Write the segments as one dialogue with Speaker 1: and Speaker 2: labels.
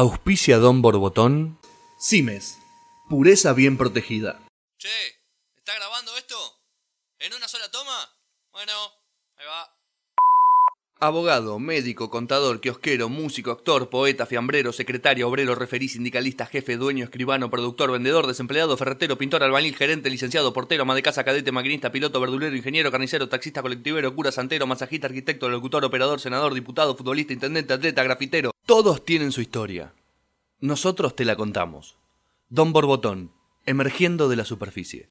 Speaker 1: Auspicia Don Borbotón.
Speaker 2: Cimes, pureza bien protegida.
Speaker 3: Che, ¿está grabando esto? ¿En una sola toma? Bueno, ahí va.
Speaker 1: Abogado, médico, contador, kiosquero, músico, actor, poeta, fiambrero, secretario, obrero, referí, sindicalista, jefe, dueño, escribano, productor, vendedor, desempleado, ferretero, pintor, albañil, gerente, licenciado, portero, ama de casa, cadete, maquinista, piloto, verdulero, ingeniero, carnicero, taxista, colectivero, cura, santero, masajista, arquitecto, locutor, operador, senador, diputado, futbolista, intendente, atleta, grafitero. Todos tienen su historia. Nosotros te la contamos. Don Borbotón, emergiendo de la superficie.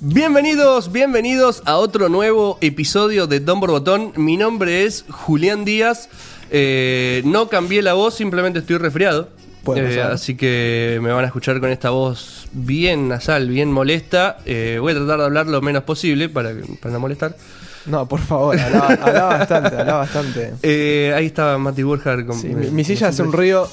Speaker 4: Bienvenidos, bienvenidos a otro nuevo episodio de Don Borbotón. Mi nombre es Julián Díaz. Eh, no cambié la voz, simplemente estoy resfriado.
Speaker 5: Puede
Speaker 4: Eh,
Speaker 5: pasar.
Speaker 4: así que me van a escuchar con esta voz bien nasal, bien molesta. Eh, voy a tratar de hablar lo menos posible para, que- para no molestar.
Speaker 5: No, por favor, hablaba, hablaba bastante, hablaba bastante.
Speaker 4: Eh, ahí estaba Mati Burjar. con-
Speaker 5: Sí,
Speaker 4: eh,
Speaker 5: mi, mi silla
Speaker 4: como
Speaker 5: hace un
Speaker 4: siempre.
Speaker 5: ruido,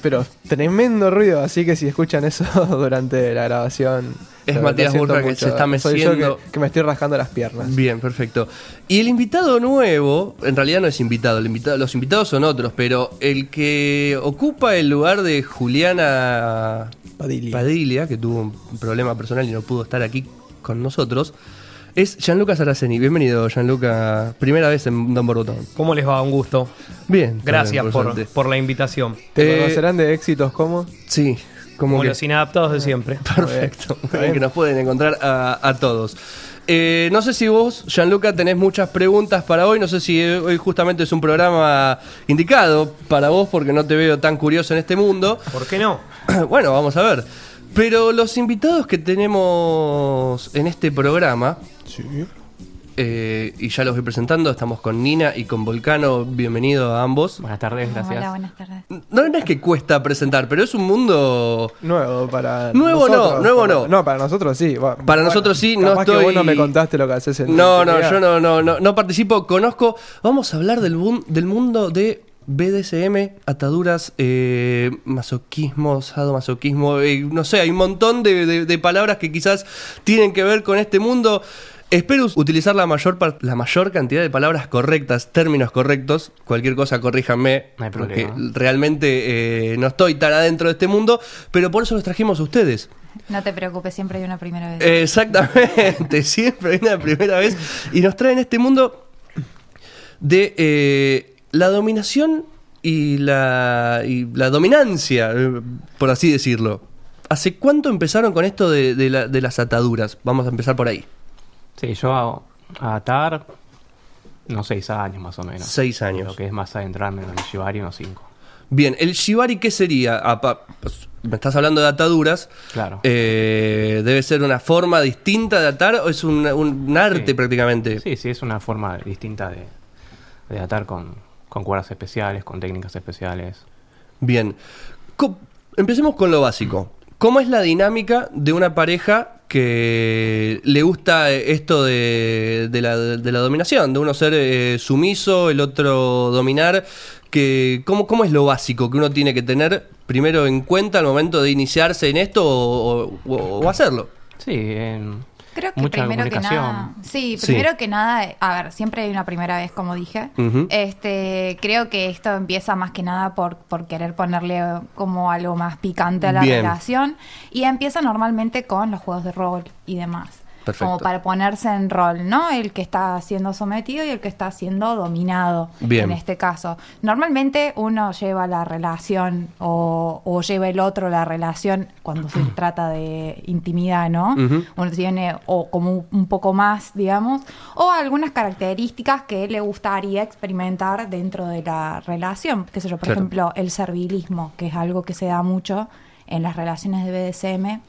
Speaker 5: pero tremendo ruido, así que si escuchan eso durante la grabación...
Speaker 4: Es
Speaker 5: lo- lo
Speaker 4: Matías
Speaker 5: siento
Speaker 4: Burka que se está
Speaker 5: Soy yo
Speaker 4: meciendo. Mm.
Speaker 5: que, que me estoy rascando las piernas.
Speaker 4: Bien, perfecto. Y el invitado nuevo, en realidad no es invitado, el invitado los invitados son otros, pero el que ocupa el lugar de Juliana
Speaker 5: Padilla.
Speaker 4: Padilla, que tuvo un problema personal y no pudo estar aquí con nosotros, es Gianluca Saraceni. Bienvenido, Gianluca. Primera vez en Don Borbotón.
Speaker 6: ¿Cómo les va? Un gusto.
Speaker 4: Bien.
Speaker 6: Gracias
Speaker 4: también,
Speaker 6: por,
Speaker 4: suerte.
Speaker 6: por la invitación.
Speaker 5: ¿Te
Speaker 4: Eh,
Speaker 5: conocerán de éxitos como?
Speaker 4: Sí, como
Speaker 6: Como
Speaker 4: que...
Speaker 6: los inadaptados de siempre.
Speaker 4: Perfecto. Muy bien, que nos pueden encontrar a, a todos. Eh, no sé si vos, Gianluca, tenés muchas preguntas para hoy. No sé si eh, hoy justamente es un programa indicado para vos porque no te veo tan curioso en este mundo.
Speaker 6: ¿Por qué no?
Speaker 4: bueno, vamos a ver. Pero los invitados que tenemos en este programa,
Speaker 5: Sí.
Speaker 4: eh, y ya los voy presentando, estamos con Nina y con Volcano. Bienvenido a ambos.
Speaker 7: Buenas tardes, gracias.
Speaker 8: Hola, buenas tardes.
Speaker 4: No es que cuesta presentar, pero es un mundo
Speaker 5: Nuevo para
Speaker 4: Nuevo no,
Speaker 5: nosotros,
Speaker 4: nuevo
Speaker 5: para-
Speaker 4: no.
Speaker 5: No, para nosotros sí. Para
Speaker 4: nosotros sí, no
Speaker 5: capaz
Speaker 4: estoy-
Speaker 5: Que vos no me contaste lo que haces en
Speaker 4: No, no,
Speaker 5: intimidad.
Speaker 4: yo no, no, no, no participo, conozco. Vamos a hablar del, bun- del mundo de BDSM, ataduras, eh, masoquismo, sadomasoquismo, eh, no sé, hay un montón de, de- de palabras que quizás tienen que ver con este mundo. Espero utilizar la mayor, par- la mayor cantidad de palabras correctas, términos correctos. Cualquier cosa, corríjanme,
Speaker 7: No hay
Speaker 4: porque
Speaker 7: problema.
Speaker 4: realmente eh, no estoy tan adentro de este mundo, pero por eso los trajimos a ustedes.
Speaker 8: No te preocupes, siempre hay una primera vez.
Speaker 4: Eh, Exactamente, siempre viene la primera vez. Y nos traen este mundo de eh, la dominación y la, y la dominancia, eh, por así decirlo. ¿Hace cuánto empezaron con esto de, de la- de las ataduras? Vamos a empezar por ahí.
Speaker 7: Sí, yo a, a atar unos seis años más o menos.
Speaker 4: Seis años.
Speaker 7: Lo que es más adentrarme en el Shibari, unos cinco.
Speaker 4: Bien, el shibari, ¿qué sería? Ah, pa- pues, me estás hablando de ataduras.
Speaker 7: Claro.
Speaker 4: Eh, ¿Debe ser una forma distinta de atar o es un, un- un arte
Speaker 7: Sí.
Speaker 4: prácticamente?
Speaker 7: Sí, sí, es una forma distinta de, de atar con, con cuerdas especiales, con técnicas especiales.
Speaker 4: Bien. Co- Empecemos con lo básico. ¿Cómo es la dinámica de una pareja que le gusta eh, esto de, de la, de la dominación? De uno ser eh, sumiso, el otro dominar. Que, ¿cómo, cómo es lo básico que uno tiene que tener primero en cuenta al momento de iniciarse en esto o, o- o hacerlo?
Speaker 7: Sí, en
Speaker 8: Creo que
Speaker 7: mucha
Speaker 8: primero que
Speaker 7: comunicación.
Speaker 8: nada. Sí,
Speaker 4: Sí.
Speaker 8: primero que nada, eh, a ver, siempre hay una primera vez, como dije.
Speaker 4: Ujú.
Speaker 8: Este, creo que esto empieza más que nada por, por querer ponerle eh, como algo más picante a la
Speaker 4: Bien.
Speaker 8: relación. Y empieza normalmente con los juegos de rol y demás.
Speaker 4: Perfecto.
Speaker 8: Como para ponerse en rol, ¿no? El que está siendo sometido y el que está siendo dominado
Speaker 4: Bien.
Speaker 8: en este caso. Normalmente uno lleva la relación o, o lleva el otro la relación cuando se trata de intimidad, ¿no?
Speaker 4: Ujú.
Speaker 8: Uno tiene o como un- un poco más, digamos, o algunas características que le gustaría experimentar dentro de la relación. Qué sé yo, por
Speaker 4: Claro.
Speaker 8: ejemplo, el servilismo, que es algo que se da mucho en las relaciones de BDSM,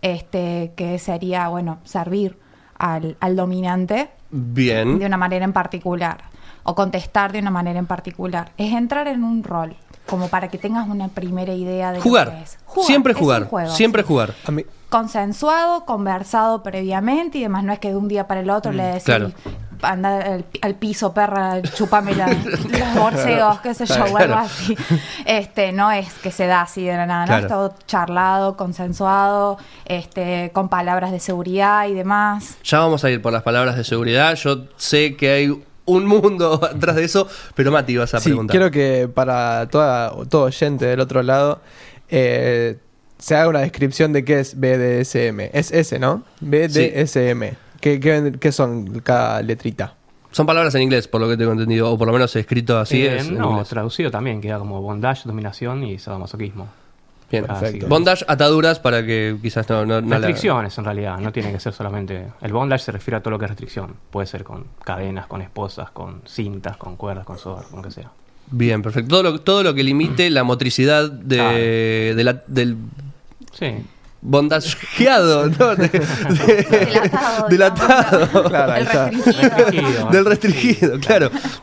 Speaker 8: este, que sería, bueno, servir al, al dominante
Speaker 4: Bien.
Speaker 8: de una manera en particular o contestar de una manera en particular. Es entrar en un rol, como para que tengas una primera idea de lo que
Speaker 4: Jugar.
Speaker 8: es.
Speaker 4: Siempre
Speaker 8: es un
Speaker 4: jugar.
Speaker 8: juego,
Speaker 4: Siempre
Speaker 8: sí.
Speaker 4: jugar.
Speaker 5: A mí,
Speaker 8: Consensuado, conversado previamente y demás. No es que de un día para el otro le decís,
Speaker 4: Mm, claro.
Speaker 8: anda al, pi- al piso, perra, chupame la- los borseos, qué sé yo, o algo así. Este, no es que se da así de la nada,
Speaker 4: Claro.
Speaker 8: ¿no? Es todo charlado, consensuado, este, con palabras de seguridad y demás.
Speaker 4: Ya vamos a ir por las palabras de seguridad. Yo sé que hay un mundo atrás de eso, pero Mati vas a
Speaker 5: Sí,
Speaker 4: preguntar.
Speaker 5: quiero que para toda, todo oyente del otro lado eh, se haga una descripción de qué es BDSM. Es ese, ¿no? BDSM. ¿Qué, qué, qué son cada letrita?
Speaker 4: Son palabras en inglés, por lo que tengo entendido, o por lo menos escrito así
Speaker 7: Eh,
Speaker 4: es. en
Speaker 7: no,
Speaker 4: inglés.
Speaker 7: traducido también, queda como bondage, dominación y sadomasoquismo.
Speaker 4: Bien.
Speaker 7: Ah,
Speaker 5: Perfecto.
Speaker 7: sí.
Speaker 4: Bondage, ataduras para que quizás no, no, no la-
Speaker 7: Restricciones en realidad, no tiene que ser solamente. El bondage se refiere a todo lo que es restricción. Puede ser con cadenas, con esposas, con cintas, con cuerdas, con sogas, con lo que sea.
Speaker 4: Bien, perfecto. Todo lo, todo lo que limite la motricidad de,
Speaker 7: Ah.
Speaker 4: de la- del
Speaker 7: Sí.
Speaker 4: bondageado, ¿no? De- de-
Speaker 8: Delatado.
Speaker 4: Delatado.
Speaker 8: digamos,
Speaker 5: Claro, ahí
Speaker 8: el
Speaker 5: está.
Speaker 8: restringido.
Speaker 7: Restringido.
Speaker 4: del restringido, claro.
Speaker 5: y,
Speaker 7: Sí,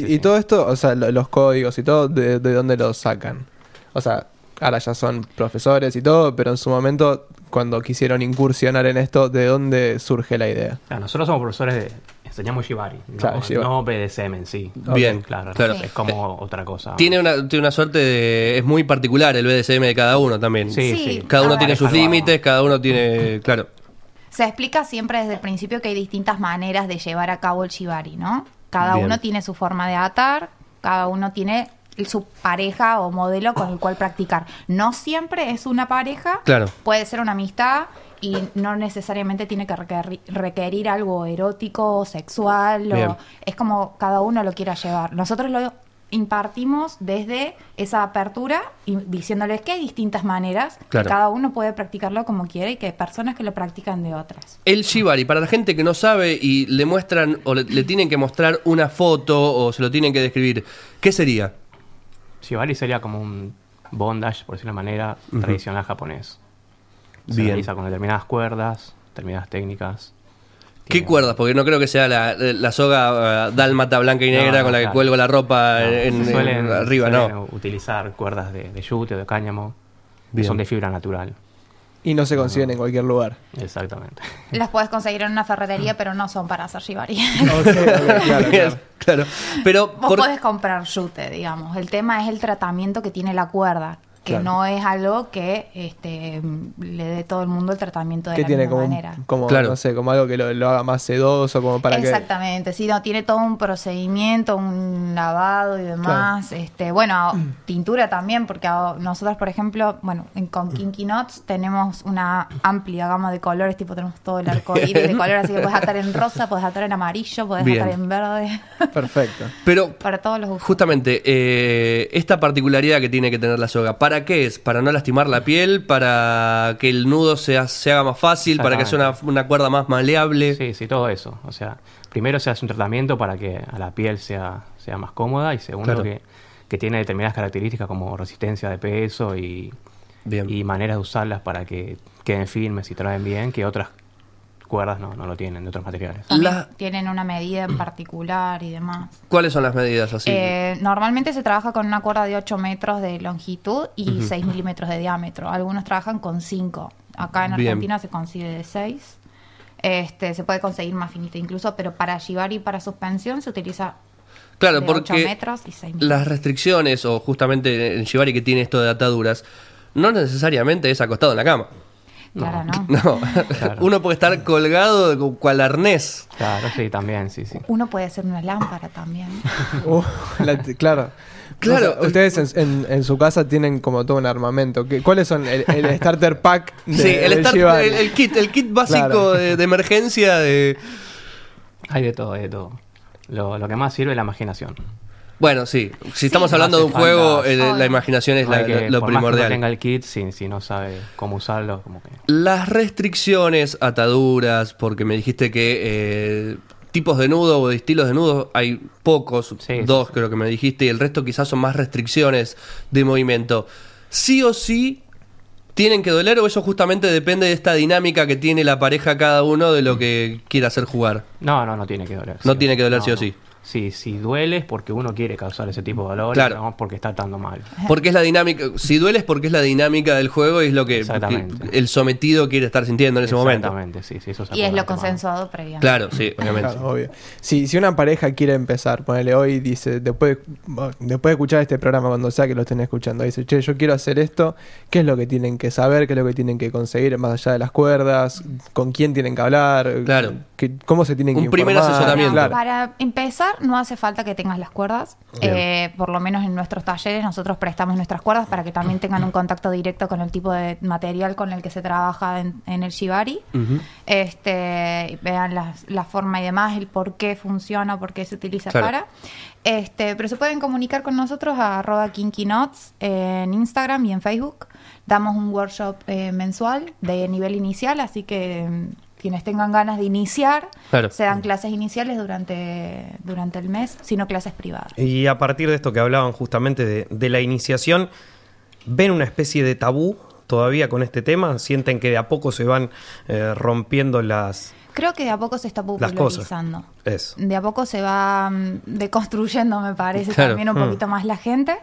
Speaker 7: sí,
Speaker 5: y
Speaker 7: sí.
Speaker 5: todo esto, o sea, lo- los códigos y todo, ¿de, de dónde los sacan? O sea, ahora ya son profesores y todo, pero en su momento, cuando quisieron incursionar en esto, ¿de dónde surge la idea?
Speaker 7: Claro, nosotros somos profesores de. Enseñamos Shibari, no,
Speaker 5: Claro, Shibari.
Speaker 7: no BDSM en sí.
Speaker 4: Bien,
Speaker 7: claro,
Speaker 4: claro.
Speaker 7: Es como otra cosa.
Speaker 4: Tiene una, tiene una suerte de... Es muy particular el BDSM de cada uno también.
Speaker 8: Sí.
Speaker 7: Sí, sí.
Speaker 4: Cada uno
Speaker 8: Ah,
Speaker 4: tiene sus
Speaker 7: Algo.
Speaker 4: límites, cada uno tiene... Claro.
Speaker 8: Se explica siempre desde el principio que hay distintas maneras de llevar a cabo el shibari, ¿no? Cada
Speaker 4: Bien.
Speaker 8: uno tiene su forma de atar, cada uno tiene el- su pareja o modelo con el cual practicar. No siempre es una pareja,
Speaker 4: Claro.
Speaker 8: puede ser una amistad y no necesariamente tiene que requeri- requerir algo erótico o sexual. o-
Speaker 4: Bien.
Speaker 8: es como cada uno lo quiera llevar. Nosotros lo impartimos desde esa apertura y diciéndoles que hay distintas maneras,
Speaker 4: Claro.
Speaker 8: que cada uno puede practicarlo como quiere y que hay personas que lo practican de otras.
Speaker 4: El shibari, para la gente que no sabe y le muestran o le, le tienen que mostrar una foto o se lo tienen que describir, ¿qué sería?
Speaker 7: Shibari sería como un bondage, por decirlo de una manera, tradicional japonés. Se
Speaker 4: Bien.
Speaker 7: realiza con determinadas cuerdas, determinadas técnicas.
Speaker 4: ¿Qué
Speaker 7: Tiene-
Speaker 4: cuerdas? Porque no creo que sea la, la soga eh, dálmata blanca y
Speaker 7: No,
Speaker 4: negra
Speaker 7: no,
Speaker 4: con la que
Speaker 7: claro.
Speaker 4: cuelgo la ropa
Speaker 7: No, se
Speaker 4: en, en-
Speaker 7: suelen-
Speaker 4: arriba,
Speaker 7: suelen
Speaker 4: ¿no?
Speaker 7: utilizar cuerdas de, de yute o de cáñamo,
Speaker 4: Bien.
Speaker 7: que son de fibra natural.
Speaker 5: Y no se
Speaker 7: Ah.
Speaker 5: consiguen en cualquier lugar.
Speaker 7: Exactamente.
Speaker 8: Las puedes conseguir en una
Speaker 5: Mm.
Speaker 8: ferretería, pero no son para hacer shibari.
Speaker 4: Bien, claro. Pero
Speaker 8: Vos
Speaker 4: por-
Speaker 8: podés comprar yute, digamos. El tema es el tratamiento que tiene la cuerda, que
Speaker 5: Claro.
Speaker 8: no es algo que este, le dé todo el mundo el tratamiento de
Speaker 5: que
Speaker 8: la
Speaker 5: tiene
Speaker 8: misma
Speaker 5: como, un-
Speaker 8: manera.
Speaker 5: como
Speaker 4: Claro.
Speaker 5: no sé, como algo que lo, lo haga más sedoso, como para que
Speaker 8: Exactamente, sí, no, tiene todo un procedimiento, un lavado y demás. Este, bueno, tintura también, porque a- nosotros, por ejemplo, bueno, en- con Kinky Knots tenemos una amplia gama de colores, tipo tenemos todo el arco iris de color, así que puedes atar en rosa, puedes atar en amarillo, puedes
Speaker 4: Bien.
Speaker 8: atar en verde,
Speaker 5: Perfecto.
Speaker 4: pero
Speaker 8: para todos los gustos.
Speaker 4: justamente, eh, esta particularidad que tiene que tener la soga, ¿para qué es? ¿Para no lastimar la piel? ¿Para que el nudo sea- se haga más fácil? ¿Para que sea una, una cuerda más maleable?
Speaker 7: Sí, sí, todo eso. O sea, primero se hace un tratamiento para que a la piel sea, sea más cómoda y segundo
Speaker 4: Claro.
Speaker 7: que, que tiene determinadas características como resistencia de peso y,
Speaker 4: Bien.
Speaker 7: y maneras de usarlas para que queden firmes y traen bien, que otras cuerdas no, no lo tienen de otros materiales.
Speaker 8: También
Speaker 4: la-
Speaker 8: Tienen una medida en particular y demás.
Speaker 4: ¿Cuáles son las medidas así?
Speaker 8: Eh, normalmente se trabaja con una cuerda de 8 metros de longitud y 6 milímetros de diámetro. Algunos trabajan con 5. Acá en
Speaker 4: Bien.
Speaker 8: Argentina se consigue de 6. Este, se puede conseguir más finita incluso, pero para llevar y para suspensión se utiliza
Speaker 4: Claro,
Speaker 8: de
Speaker 4: porque
Speaker 8: 8 metros y 6 milímetros.
Speaker 4: las restricciones, o justamente en Shibari que tiene esto de ataduras, no necesariamente es acostado en la cama.
Speaker 8: Claro, ¿no?
Speaker 4: No, uno puede estar colgado con- cual arnés.
Speaker 7: Claro, sí, también, sí, sí.
Speaker 8: Uno puede hacer una lámpara también.
Speaker 5: Uh, la t- claro.
Speaker 4: Claro. eh,
Speaker 5: O sea, ustedes en, en- en su casa tienen como todo un armamento. ¿Qué- ¿Cuáles son el, el starter pack de,
Speaker 4: sí, el,
Speaker 5: del
Speaker 4: estar-
Speaker 5: Shibari?
Speaker 4: el- el kit, el kit básico
Speaker 5: Claro.
Speaker 4: de, de emergencia de...
Speaker 7: Hay de todo, hay de todo. Lo, lo que más sirve es la imaginación.
Speaker 4: Bueno, sí, si estamos
Speaker 8: Sí.
Speaker 4: hablando de un
Speaker 7: Hace
Speaker 4: juego,
Speaker 7: falta-
Speaker 4: eh, la
Speaker 8: Obvio.
Speaker 4: imaginación es la-
Speaker 7: Hay que,
Speaker 4: lo, lo
Speaker 7: por más que uno
Speaker 4: primordial.
Speaker 7: tenga el kit, si, si no sabe cómo usarlo, como que...
Speaker 4: Las restricciones, ataduras, porque me dijiste que eh, tipos de nudo o de estilos de nudo hay pocos,
Speaker 7: Sí,
Speaker 4: dos creo que me dijiste, y el resto quizás son más restricciones de movimiento. Sí o sí tienen que doler o eso justamente depende de esta dinámica que tiene la pareja cada uno de lo que quiera hacer jugar.
Speaker 7: No, no, no tiene que doler.
Speaker 4: No
Speaker 7: sí o
Speaker 4: tiene
Speaker 7: sí.
Speaker 4: que doler
Speaker 7: No,
Speaker 4: sí o
Speaker 7: no.
Speaker 4: sí.
Speaker 7: Si, si duele es porque uno quiere causar ese tipo de dolor,
Speaker 4: Claro.
Speaker 7: no porque está atando mal.
Speaker 4: Porque es la dinámica, si duele es porque es la dinámica del juego y es lo que
Speaker 7: Exactamente.
Speaker 4: que el sometido quiere estar sintiendo en ese momento.
Speaker 7: Exactamente, sí, sí, eso se
Speaker 8: Y es lo
Speaker 7: acuerda, tomando.
Speaker 8: consensuado previamente.
Speaker 4: Claro, sí, obviamente.
Speaker 5: Claro, obvio. Si, si una pareja quiere empezar, ponele hoy, dice, después, después de escuchar este programa, cuando sea que lo estén escuchando, dice, che, yo quiero hacer esto, ¿qué es lo que tienen que saber? ¿Qué es lo que tienen que conseguir más allá de las cuerdas? ¿Con quién tienen que hablar?
Speaker 4: Claro.
Speaker 5: ¿Qué- ¿Cómo se tienen
Speaker 4: Un
Speaker 5: que
Speaker 4: primer
Speaker 5: informar?
Speaker 4: asesoramiento.
Speaker 5: Claro.
Speaker 8: Para empezar, no hace falta que tengas las cuerdas. Eh, por lo menos en nuestros talleres nosotros prestamos nuestras cuerdas para que también tengan un contacto directo con el tipo de material con el que se trabaja en, en el shibari. este, y vean las- la, forma y demás, el por qué funciona, por qué se utiliza
Speaker 4: Claro.
Speaker 8: para. Este, pero se pueden comunicar con nosotros a arroba kinkynots eh, en Instagram y en Facebook. Damos un workshop eh, mensual de nivel inicial, así que mm, quienes tengan ganas de iniciar,
Speaker 4: Claro.
Speaker 8: se dan clases iniciales durante, durante el mes, sino clases privadas.
Speaker 6: Y a partir de esto que hablaban justamente de, de la iniciación, ¿ven una especie de tabú todavía con este tema? ¿Sienten que de a poco se van eh, rompiendo las,
Speaker 8: Creo que de a poco se está
Speaker 6: las cosas?
Speaker 8: popularizando.
Speaker 6: Eso.
Speaker 8: de a poco se va mm, deconstruyendo, me parece,
Speaker 4: Claro.
Speaker 8: también un
Speaker 6: Mm.
Speaker 8: poquito más la gente.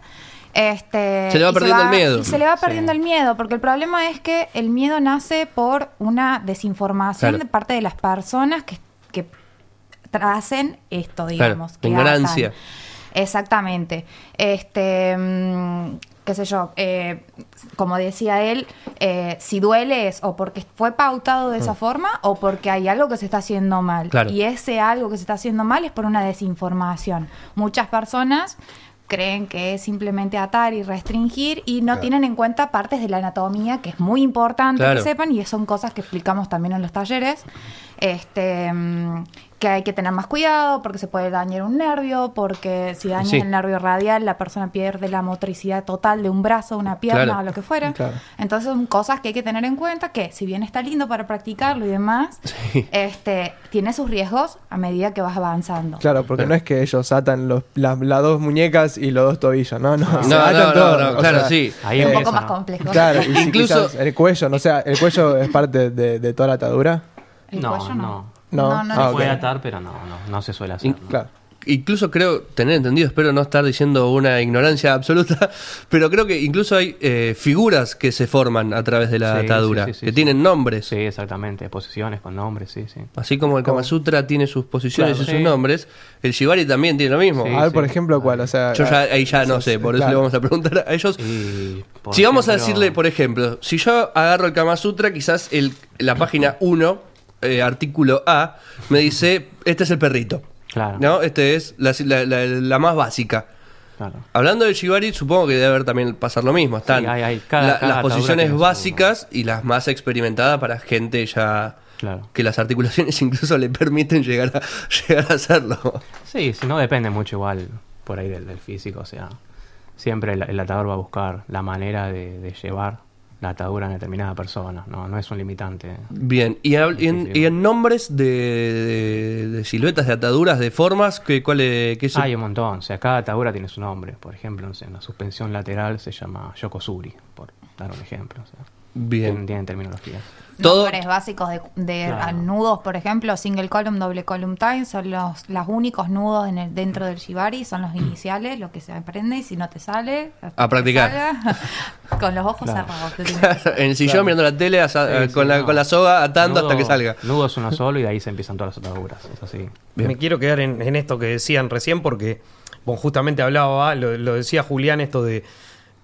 Speaker 8: Este,
Speaker 4: Se le va
Speaker 8: y
Speaker 4: perdiendo el miedo.
Speaker 8: y se le va perdiendo el miedo, porque el problema es que el miedo nace por una desinformación
Speaker 4: Claro.
Speaker 8: de parte de las personas que, que tra- hacen esto, digamos. que
Speaker 4: ignorancia.
Speaker 8: atan. Exactamente. Este, mm, qué sé yo, eh, como decía él, eh, si duele es o porque fue pautado de esa forma o porque hay algo que se está haciendo mal.
Speaker 4: Mm. Claro.
Speaker 8: Y ese algo que se está haciendo mal es por una desinformación. Muchas personas creen que es simplemente atar y restringir y no tienen en cuenta partes de la anatomía que es muy importante
Speaker 4: Claro.
Speaker 8: que sepan y son cosas que explicamos también en los talleres este mm, que hay que tener más cuidado porque se puede dañar un nervio porque si dañas
Speaker 4: Sí.
Speaker 8: el nervio radial la persona pierde la motricidad total de un brazo una pierna
Speaker 4: Claro.
Speaker 8: o lo que fuera
Speaker 5: Claro.
Speaker 8: entonces son cosas que hay que tener en cuenta que si bien está lindo para practicarlo y demás este tiene sus riesgos a medida que vas avanzando
Speaker 5: Claro, porque no es que ellos atan los, las, las dos muñecas y los dos tobillos, no, no. se
Speaker 4: No,
Speaker 5: atan
Speaker 4: no,
Speaker 5: todo,
Speaker 4: no, no,
Speaker 5: o
Speaker 4: claro,
Speaker 5: sea,
Speaker 4: sí.
Speaker 7: Ahí
Speaker 8: es un
Speaker 7: empieza,
Speaker 8: poco más
Speaker 7: ¿no?
Speaker 8: complejo
Speaker 5: Claro, y si
Speaker 4: Incluso-
Speaker 5: quizás el cuello, no o sea, el cuello es parte de, de toda la atadura.
Speaker 8: El
Speaker 7: No,
Speaker 8: cuello
Speaker 7: no.
Speaker 5: No.
Speaker 8: no, no,
Speaker 5: Ah,
Speaker 8: no.
Speaker 5: ok.
Speaker 7: Puede atar, pero no, no, no se suele hacer. ¿no?
Speaker 5: Claro.
Speaker 4: Incluso creo tener entendido, espero no estar diciendo una ignorancia absoluta, pero creo que incluso hay eh, figuras que se forman a través de la
Speaker 7: Sí,
Speaker 4: atadura,
Speaker 7: sí, sí, sí,
Speaker 4: que
Speaker 7: sí.
Speaker 4: tienen nombres.
Speaker 7: Sí, exactamente. Posiciones con nombres, sí, sí.
Speaker 4: Así como el Kama Sutra tiene sus posiciones
Speaker 7: Claro.
Speaker 4: y sus
Speaker 7: Sí.
Speaker 4: nombres, el Shibari también tiene lo mismo.
Speaker 7: Sí,
Speaker 5: a ver, por
Speaker 7: sí.
Speaker 5: ejemplo, cuál, o sea. ah,
Speaker 4: Yo ya, ahí ya no sé, por eso
Speaker 5: claro.
Speaker 4: le vamos a preguntar a ellos.
Speaker 7: Y, por
Speaker 4: si vamos a
Speaker 7: ejemplo,
Speaker 4: decirle, por ejemplo, si yo agarro el Kama Sutra, quizás el, la página 1, eh, artículo A, me dice, este es el perrito.
Speaker 7: Claro.
Speaker 4: ¿No? Este es la, la- la- la más básica.
Speaker 7: Claro.
Speaker 4: Hablando del Shibari, supongo que debe haber también pasar lo mismo. Están
Speaker 7: hay- hay- cada-
Speaker 4: la-
Speaker 7: cada
Speaker 4: las
Speaker 7: atadura
Speaker 4: posiciones
Speaker 7: tiene su-
Speaker 4: básicas y las más experimentadas para gente ya...
Speaker 7: Claro.
Speaker 4: Que las articulaciones incluso le permiten llegar a, llegar a hacerlo.
Speaker 7: Sí, si no depende mucho igual por ahí del, del físico, o sea, siempre el, el atador va a buscar la manera de, de llevar la atadura a determinada persona, no, no es un limitante.
Speaker 4: Bien, y, hab- y en, y en nombres de, de- de siluetas, de ataduras, de formas, ¿qué, cuál es, qué se-
Speaker 7: Hay un montón, o sea, cada atadura tiene su nombre, por ejemplo, no sé, en la suspensión lateral se llama Yokosuri, por dar un ejemplo, o sea, tienen,
Speaker 4: Bien. Eh,
Speaker 7: tienen terminología.
Speaker 4: Todo,
Speaker 8: Nombres básicos de, de
Speaker 7: Claro.
Speaker 8: nudos, por ejemplo, single column, doble column time, son los, los únicos nudos en el, dentro del shibari, son los iniciales, lo que se aprende y si no te sale... hasta
Speaker 4: A
Speaker 8: que te
Speaker 4: practicar.
Speaker 8: salga, con los ojos cerrados. te tienes que hacer.
Speaker 4: en el sillón mirando la tele asa-
Speaker 7: Sí,
Speaker 4: con,
Speaker 7: sí,
Speaker 4: la,
Speaker 7: no.
Speaker 4: con la soga atando hasta
Speaker 7: Nudo-
Speaker 4: que salga.
Speaker 7: Nudo es uno solo y de ahí se empiezan todas las ataduras, es así.
Speaker 4: Bien.
Speaker 6: Me quiero quedar en, en esto que decían recién porque bueno, justamente hablaba, lo, lo decía Julián, esto de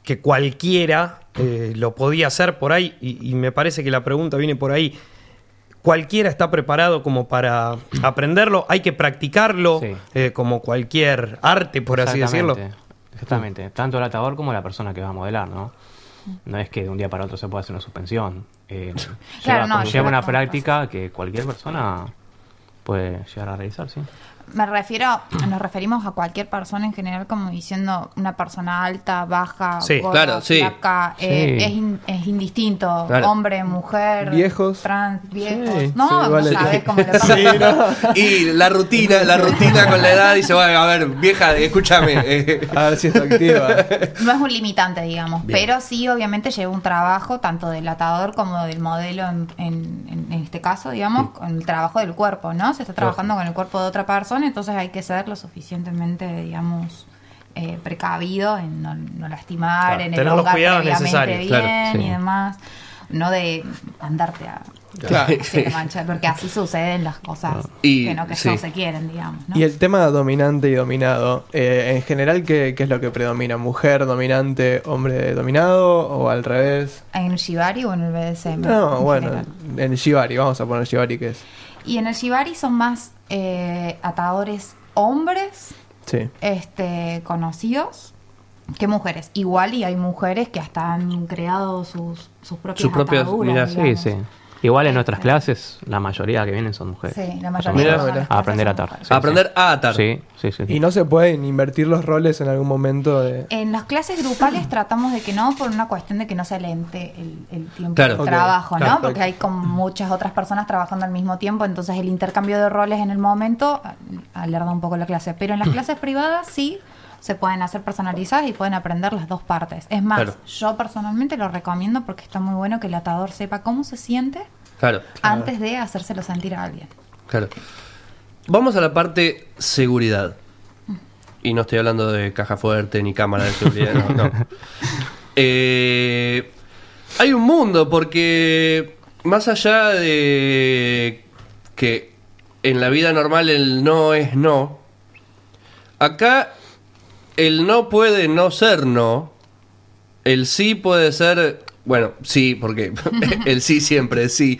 Speaker 6: que cualquiera eh, lo podía hacer por ahí y, y me parece que la pregunta viene por ahí. Cualquiera está preparado como para aprenderlo, hay que practicarlo
Speaker 7: Sí.
Speaker 6: eh, como cualquier arte, por así decirlo.
Speaker 7: Exactamente, Exactamente, tanto el atador como la persona que va a modelar, ¿no? No es que de un día para otro se pueda hacer una suspensión. Eh,
Speaker 8: Claro,
Speaker 7: lleva,
Speaker 8: no,
Speaker 7: como lleva
Speaker 8: lleva
Speaker 7: una
Speaker 8: todo un
Speaker 7: práctica que cualquier persona puede llegar a realizar, ¿sí?
Speaker 8: Me refiero, nos referimos a cualquier persona en general como diciendo una persona alta, baja,
Speaker 6: Sí,
Speaker 8: gorda,
Speaker 4: claro, sí.
Speaker 8: flaca,
Speaker 7: Sí.
Speaker 8: eh, es, in- es indistinto,
Speaker 4: Claro.
Speaker 8: hombre, mujer,
Speaker 5: Viejos.
Speaker 8: trans, viejos,
Speaker 5: Sí, sí,
Speaker 8: no, no
Speaker 5: vale.
Speaker 8: sabes cómo le pasa.
Speaker 4: Y la rutina, la rutina con la edad dice, bueno, a ver, vieja, escúchame. eh,
Speaker 5: A ver si está activa.
Speaker 8: No es un limitante, digamos, pero sí, obviamente, lleva un trabajo tanto del atador como del modelo, en, en- en este caso, digamos, con el trabajo del cuerpo, ¿no? ¿no? Se está trabajando con el cuerpo de otra persona, entonces hay que ser lo suficientemente, digamos, eh, precavido en no, no lastimar,
Speaker 6: Claro,
Speaker 8: en
Speaker 6: tener los
Speaker 8: educar
Speaker 6: cuidados
Speaker 8: previamente
Speaker 6: necesarios,
Speaker 8: bien
Speaker 4: claro, sí.
Speaker 8: y demás. No de andarte a...
Speaker 5: Claro.
Speaker 8: hacer manchar, porque así suceden las cosas
Speaker 2: Y-
Speaker 8: que no que
Speaker 2: sí.
Speaker 8: no se quieren, digamos. ¿no?
Speaker 5: Y el tema dominante y dominado, eh, en general, ¿qué, qué es lo que predomina? ¿Mujer dominante, hombre dominado o al revés?
Speaker 8: ¿En el Shibari o en el BDSM?
Speaker 5: No,
Speaker 8: en
Speaker 5: bueno,
Speaker 8: general?
Speaker 5: en Shibari, vamos a poner Shibari que es.
Speaker 8: Y en el Shibari son más eh, atadores hombres
Speaker 5: Sí.
Speaker 8: este, conocidos que mujeres. Igual y hay mujeres que hasta han creado sus, sus propias
Speaker 7: Sus propias.
Speaker 8: ataduras,
Speaker 7: Mira, sí,
Speaker 8: digamos.
Speaker 7: sí. Igual en nuestras clases, la mayoría que vienen son mujeres.
Speaker 8: Sí, la
Speaker 7: Más
Speaker 8: mayoría
Speaker 7: o menos.
Speaker 8: son las
Speaker 7: A aprender a
Speaker 8: clases
Speaker 7: atar.
Speaker 8: son
Speaker 7: Sí,
Speaker 4: A aprender a atar.
Speaker 7: Sí, sí, sí. sí.
Speaker 5: ¿Y no se pueden invertir los roles en algún momento? De...
Speaker 8: En las clases grupales tratamos de que no, por una cuestión de que no se alente el, el tiempo
Speaker 4: Claro.
Speaker 8: de
Speaker 5: Ok,
Speaker 8: trabajo,
Speaker 5: claro,
Speaker 8: ¿no? Porque hay con muchas otras personas trabajando al mismo tiempo, entonces el intercambio de roles en el momento a- alerda un poco la clase. Pero en
Speaker 4: Mm.
Speaker 8: las clases privadas sí se pueden hacer personalizadas y pueden aprender las dos partes. Es más,
Speaker 4: Claro.
Speaker 8: yo personalmente lo recomiendo porque está muy bueno que el atador sepa cómo se siente
Speaker 4: Claro,
Speaker 8: antes de hacérselo sentir a alguien.
Speaker 4: claro. Vamos a la parte seguridad. Y no estoy hablando de caja fuerte ni cámara de seguridad, no. no. Eh, hay un mundo porque más allá de que en la vida normal el no es no, acá el no puede no ser no, el sí puede ser, bueno, sí, porque el sí siempre es sí.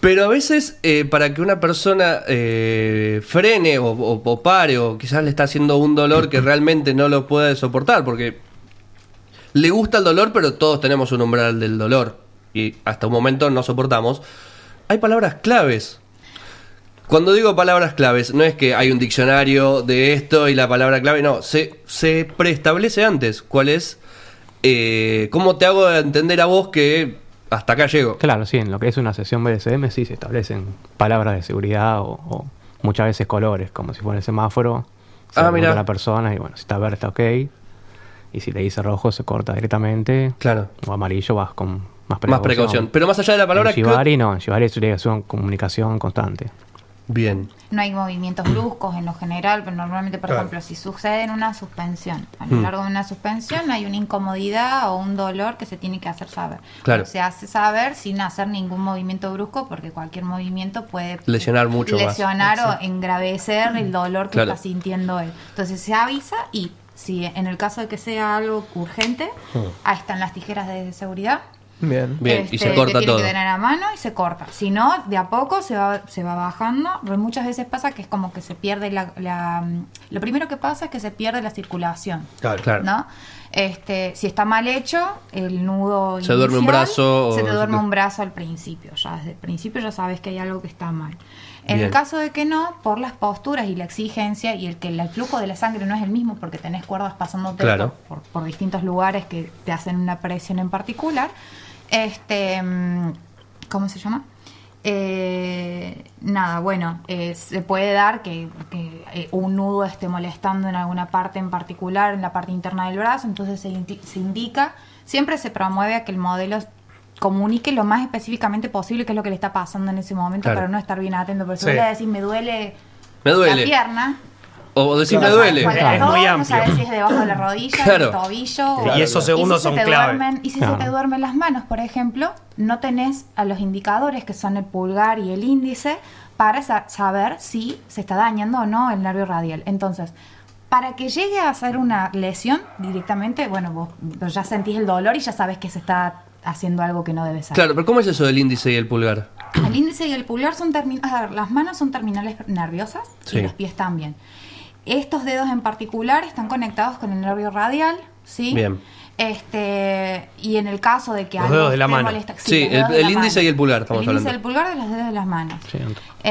Speaker 4: Pero a veces, eh, para que una persona eh, frene o, o- o pare, o quizás le está haciendo un dolor que realmente no lo puede soportar, porque le gusta el dolor, pero todos tenemos un umbral del dolor. Y hasta un momento no soportamos. Hay palabras claves. Cuando digo palabras claves, no es que hay un diccionario de esto y la palabra clave, no, se, se preestablece antes cuál es, eh, cómo te hago entender a vos que hasta acá llego.
Speaker 7: Claro, sí, en lo que es una sesión BDSM sí se establecen palabras de seguridad o, o muchas veces colores, como si fuera el semáforo. Se
Speaker 4: Ah, mirá.
Speaker 7: le pregunta a la persona y bueno, si está verde está ok. Y si le dice rojo se corta directamente.
Speaker 4: Claro.
Speaker 7: O amarillo vas con más precaución.
Speaker 4: Más precaución. Pero más allá de la palabra...
Speaker 7: en
Speaker 4: que-
Speaker 7: Shibari no, en Shibari es una comunicación constante.
Speaker 4: Bien.
Speaker 8: No hay movimientos bruscos en lo general, pero normalmente, por
Speaker 6: Claro.
Speaker 8: ejemplo, si sucede en una suspensión, a
Speaker 4: Hmm.
Speaker 8: lo largo de una suspensión hay una incomodidad o un dolor que se tiene que hacer saber.
Speaker 4: Claro.
Speaker 8: Pero Se hace saber sin hacer ningún movimiento brusco porque cualquier movimiento puede
Speaker 4: Lesionar mucho más.
Speaker 8: lesionar o engravecer el dolor que
Speaker 4: Claro.
Speaker 8: está sintiendo él. Entonces se avisa y si en el caso de que sea algo urgente,
Speaker 4: Hmm.
Speaker 8: ahí están las tijeras de seguridad.
Speaker 5: Bien.
Speaker 4: Bien, y
Speaker 8: Este,
Speaker 4: se
Speaker 8: que
Speaker 4: corta
Speaker 8: tiene
Speaker 4: todo.
Speaker 8: que tener a mano y se corta. Si no, de a poco se va, se va bajando. Pero muchas veces pasa que es como que se pierde la, la- mm, Lo primero que pasa es que se pierde la circulación,
Speaker 4: Claro, claro.
Speaker 8: ¿no? Este, si está mal hecho, el nudo...
Speaker 4: Se duerme un brazo o-
Speaker 8: Se te duerme un brazo al principio. Ya desde el principio ya sabes que hay algo que está mal. En
Speaker 4: Bien.
Speaker 8: el caso de que no, por las posturas y la exigencia y el que el flujo de la sangre no es el mismo porque tenés cuerdas pasando
Speaker 4: Claro.
Speaker 8: por, por distintos lugares que te hacen una presión en particular. Este, mm, ¿cómo se llama? Eh, nada, bueno, eh, se puede dar que, que, eh, un nudo esté molestando en alguna parte en particular, en la parte interna del brazo, entonces se, indi- se indica, siempre se promueve a que el modelo comunique lo más específicamente posible qué es lo que le está pasando en ese momento
Speaker 4: Claro.
Speaker 8: para no estar bien atento, porque si
Speaker 6: Sí.
Speaker 8: vos le decís me duele,
Speaker 4: Me duele.
Speaker 8: la pierna,
Speaker 4: O decir
Speaker 8: no
Speaker 4: me
Speaker 8: sabes
Speaker 4: duele.
Speaker 8: cuál es
Speaker 6: Claro.
Speaker 8: la
Speaker 6: Es muy
Speaker 8: dos,
Speaker 6: amplio.
Speaker 8: No sabes si es debajo de la rodilla,
Speaker 4: Claro.
Speaker 8: el tobillo. o-
Speaker 6: Y esos segundos
Speaker 8: si se
Speaker 6: son
Speaker 8: te
Speaker 6: clave.
Speaker 8: duermen- y si
Speaker 7: Claro.
Speaker 8: se te duermen las manos, por ejemplo, no tenés a los indicadores que son el pulgar y el índice para sa- saber si se está dañando o no el nervio radial. Entonces, para que llegue a hacer una lesión directamente, bueno, vos ya sentís el dolor y ya sabes que se está haciendo algo que no debe ser.
Speaker 4: Claro, pero ¿cómo es eso del índice y el pulgar?
Speaker 8: El índice y el pulgar son terminales. A ver, las manos son terminales nerviosas
Speaker 4: Sí.
Speaker 8: y los pies también. Estos dedos en particular están conectados con el nervio radial, ¿sí?
Speaker 4: Bien.
Speaker 8: Este, y en el caso de que
Speaker 6: Los
Speaker 8: algo
Speaker 6: dedos de la
Speaker 8: te
Speaker 6: mano.
Speaker 8: molesta-
Speaker 4: Sí,
Speaker 8: los
Speaker 4: el-
Speaker 8: dedos de
Speaker 4: el
Speaker 8: la
Speaker 4: índice y el pulgar, estamos
Speaker 8: El índice
Speaker 4: hablando.
Speaker 8: y el pulgar de los dedos de las manos.
Speaker 7: Sí,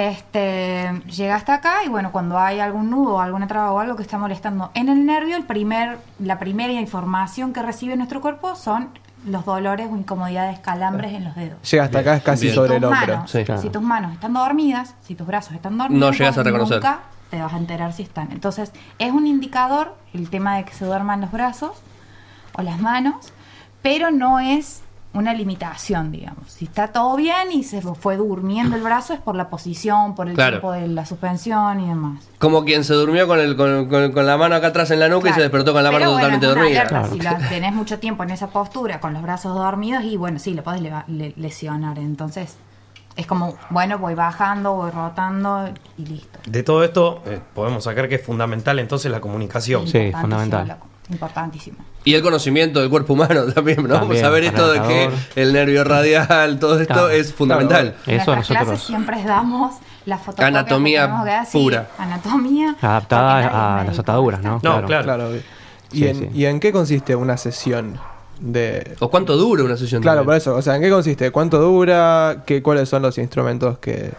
Speaker 8: Este, llega hasta acá y bueno, cuando hay algún nudo o alguna traba o algo que está molestando en el nervio, el primer, la primera información que recibe nuestro cuerpo son los dolores o incomodidades,
Speaker 4: Ah.
Speaker 8: calambres en los dedos
Speaker 5: Llega hasta acá, es casi
Speaker 4: Bien.
Speaker 8: si
Speaker 5: sobre
Speaker 8: tus
Speaker 5: el hombro.
Speaker 8: manos,
Speaker 4: Sí, claro.
Speaker 8: Si tus manos están dormidas, si tus brazos están dormidos,
Speaker 4: No llegas a
Speaker 8: vos
Speaker 4: reconocer.
Speaker 8: Nunca te vas a enterar si están. Entonces, es un indicador el tema de que se duerman los brazos o las manos, pero no es una limitación, digamos. Si está todo bien y se fue durmiendo el brazo es por la posición, por el
Speaker 4: Claro.
Speaker 8: tiempo de la suspensión y demás.
Speaker 4: Como quien se durmió con, el, con, con- con la mano acá atrás en la nuca y se
Speaker 8: Claro.
Speaker 4: despertó con la
Speaker 8: Pero
Speaker 4: mano
Speaker 8: bueno,
Speaker 4: totalmente
Speaker 8: es una
Speaker 4: dormida.
Speaker 8: alerta.
Speaker 7: Claro.
Speaker 8: Si la tenés mucho tiempo en esa postura, con los brazos dormidos, y bueno, sí, lo podés leva- le- lesionar. Entonces, es como, bueno, voy bajando, voy rotando y listo.
Speaker 6: De todo esto eh, podemos sacar que es fundamental entonces la comunicación.
Speaker 7: Sí.
Speaker 8: Importantísimo,
Speaker 7: fundamental.
Speaker 8: loco, Importantísimo.
Speaker 4: Y el conocimiento del cuerpo humano también, ¿no?
Speaker 7: También,
Speaker 4: Saber esto de que
Speaker 7: arrancador.
Speaker 4: el nervio radial, todo esto
Speaker 7: Claro.
Speaker 4: es fundamental.
Speaker 7: Eso
Speaker 8: en nuestras
Speaker 7: nosotros-
Speaker 8: clases siempre damos la fotocopia
Speaker 4: Anatomía
Speaker 8: que tenemos que dar, sí,
Speaker 4: pura.
Speaker 8: Anatomía.
Speaker 7: Adaptada
Speaker 8: porque nadie es
Speaker 7: a las
Speaker 8: médico,
Speaker 7: ataduras, ¿no?
Speaker 8: exacto.
Speaker 6: No, claro.
Speaker 5: Claro. obvio. ¿Y,
Speaker 7: Sí,
Speaker 5: en,
Speaker 7: sí.
Speaker 5: ¿Y en qué consiste una sesión de...?
Speaker 4: ¿O cuánto dura una sesión?
Speaker 5: Claro, por
Speaker 4: también?
Speaker 5: eso. O sea, ¿en qué consiste? ¿Cuánto dura? ¿Qué, ¿Cuáles son los instrumentos que,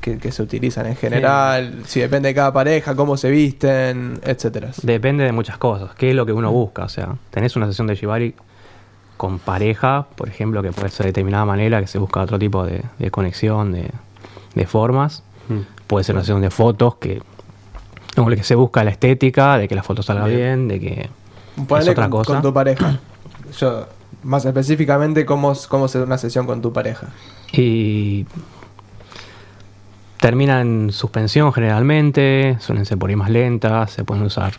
Speaker 5: que- que se utilizan en general? Si depende de cada pareja, cómo se visten, etcétera.
Speaker 7: Depende de muchas cosas. ¿Qué es lo que uno busca? O sea, tenés una sesión de Shibari con pareja, por ejemplo, que puede ser de determinada manera, que se busca otro tipo de, de conexión, de, de formas. Puede ser una sesión de fotos, que, como que se busca la estética, de que la foto salga bien, de que
Speaker 5: Ponele
Speaker 7: es otra
Speaker 5: con,
Speaker 7: cosa.
Speaker 5: con tu pareja. Yo, más específicamente, cómo, cómo se da una sesión con tu pareja.
Speaker 7: Y termina en suspensión generalmente, suelen ser por ahí más lentas, se pueden usar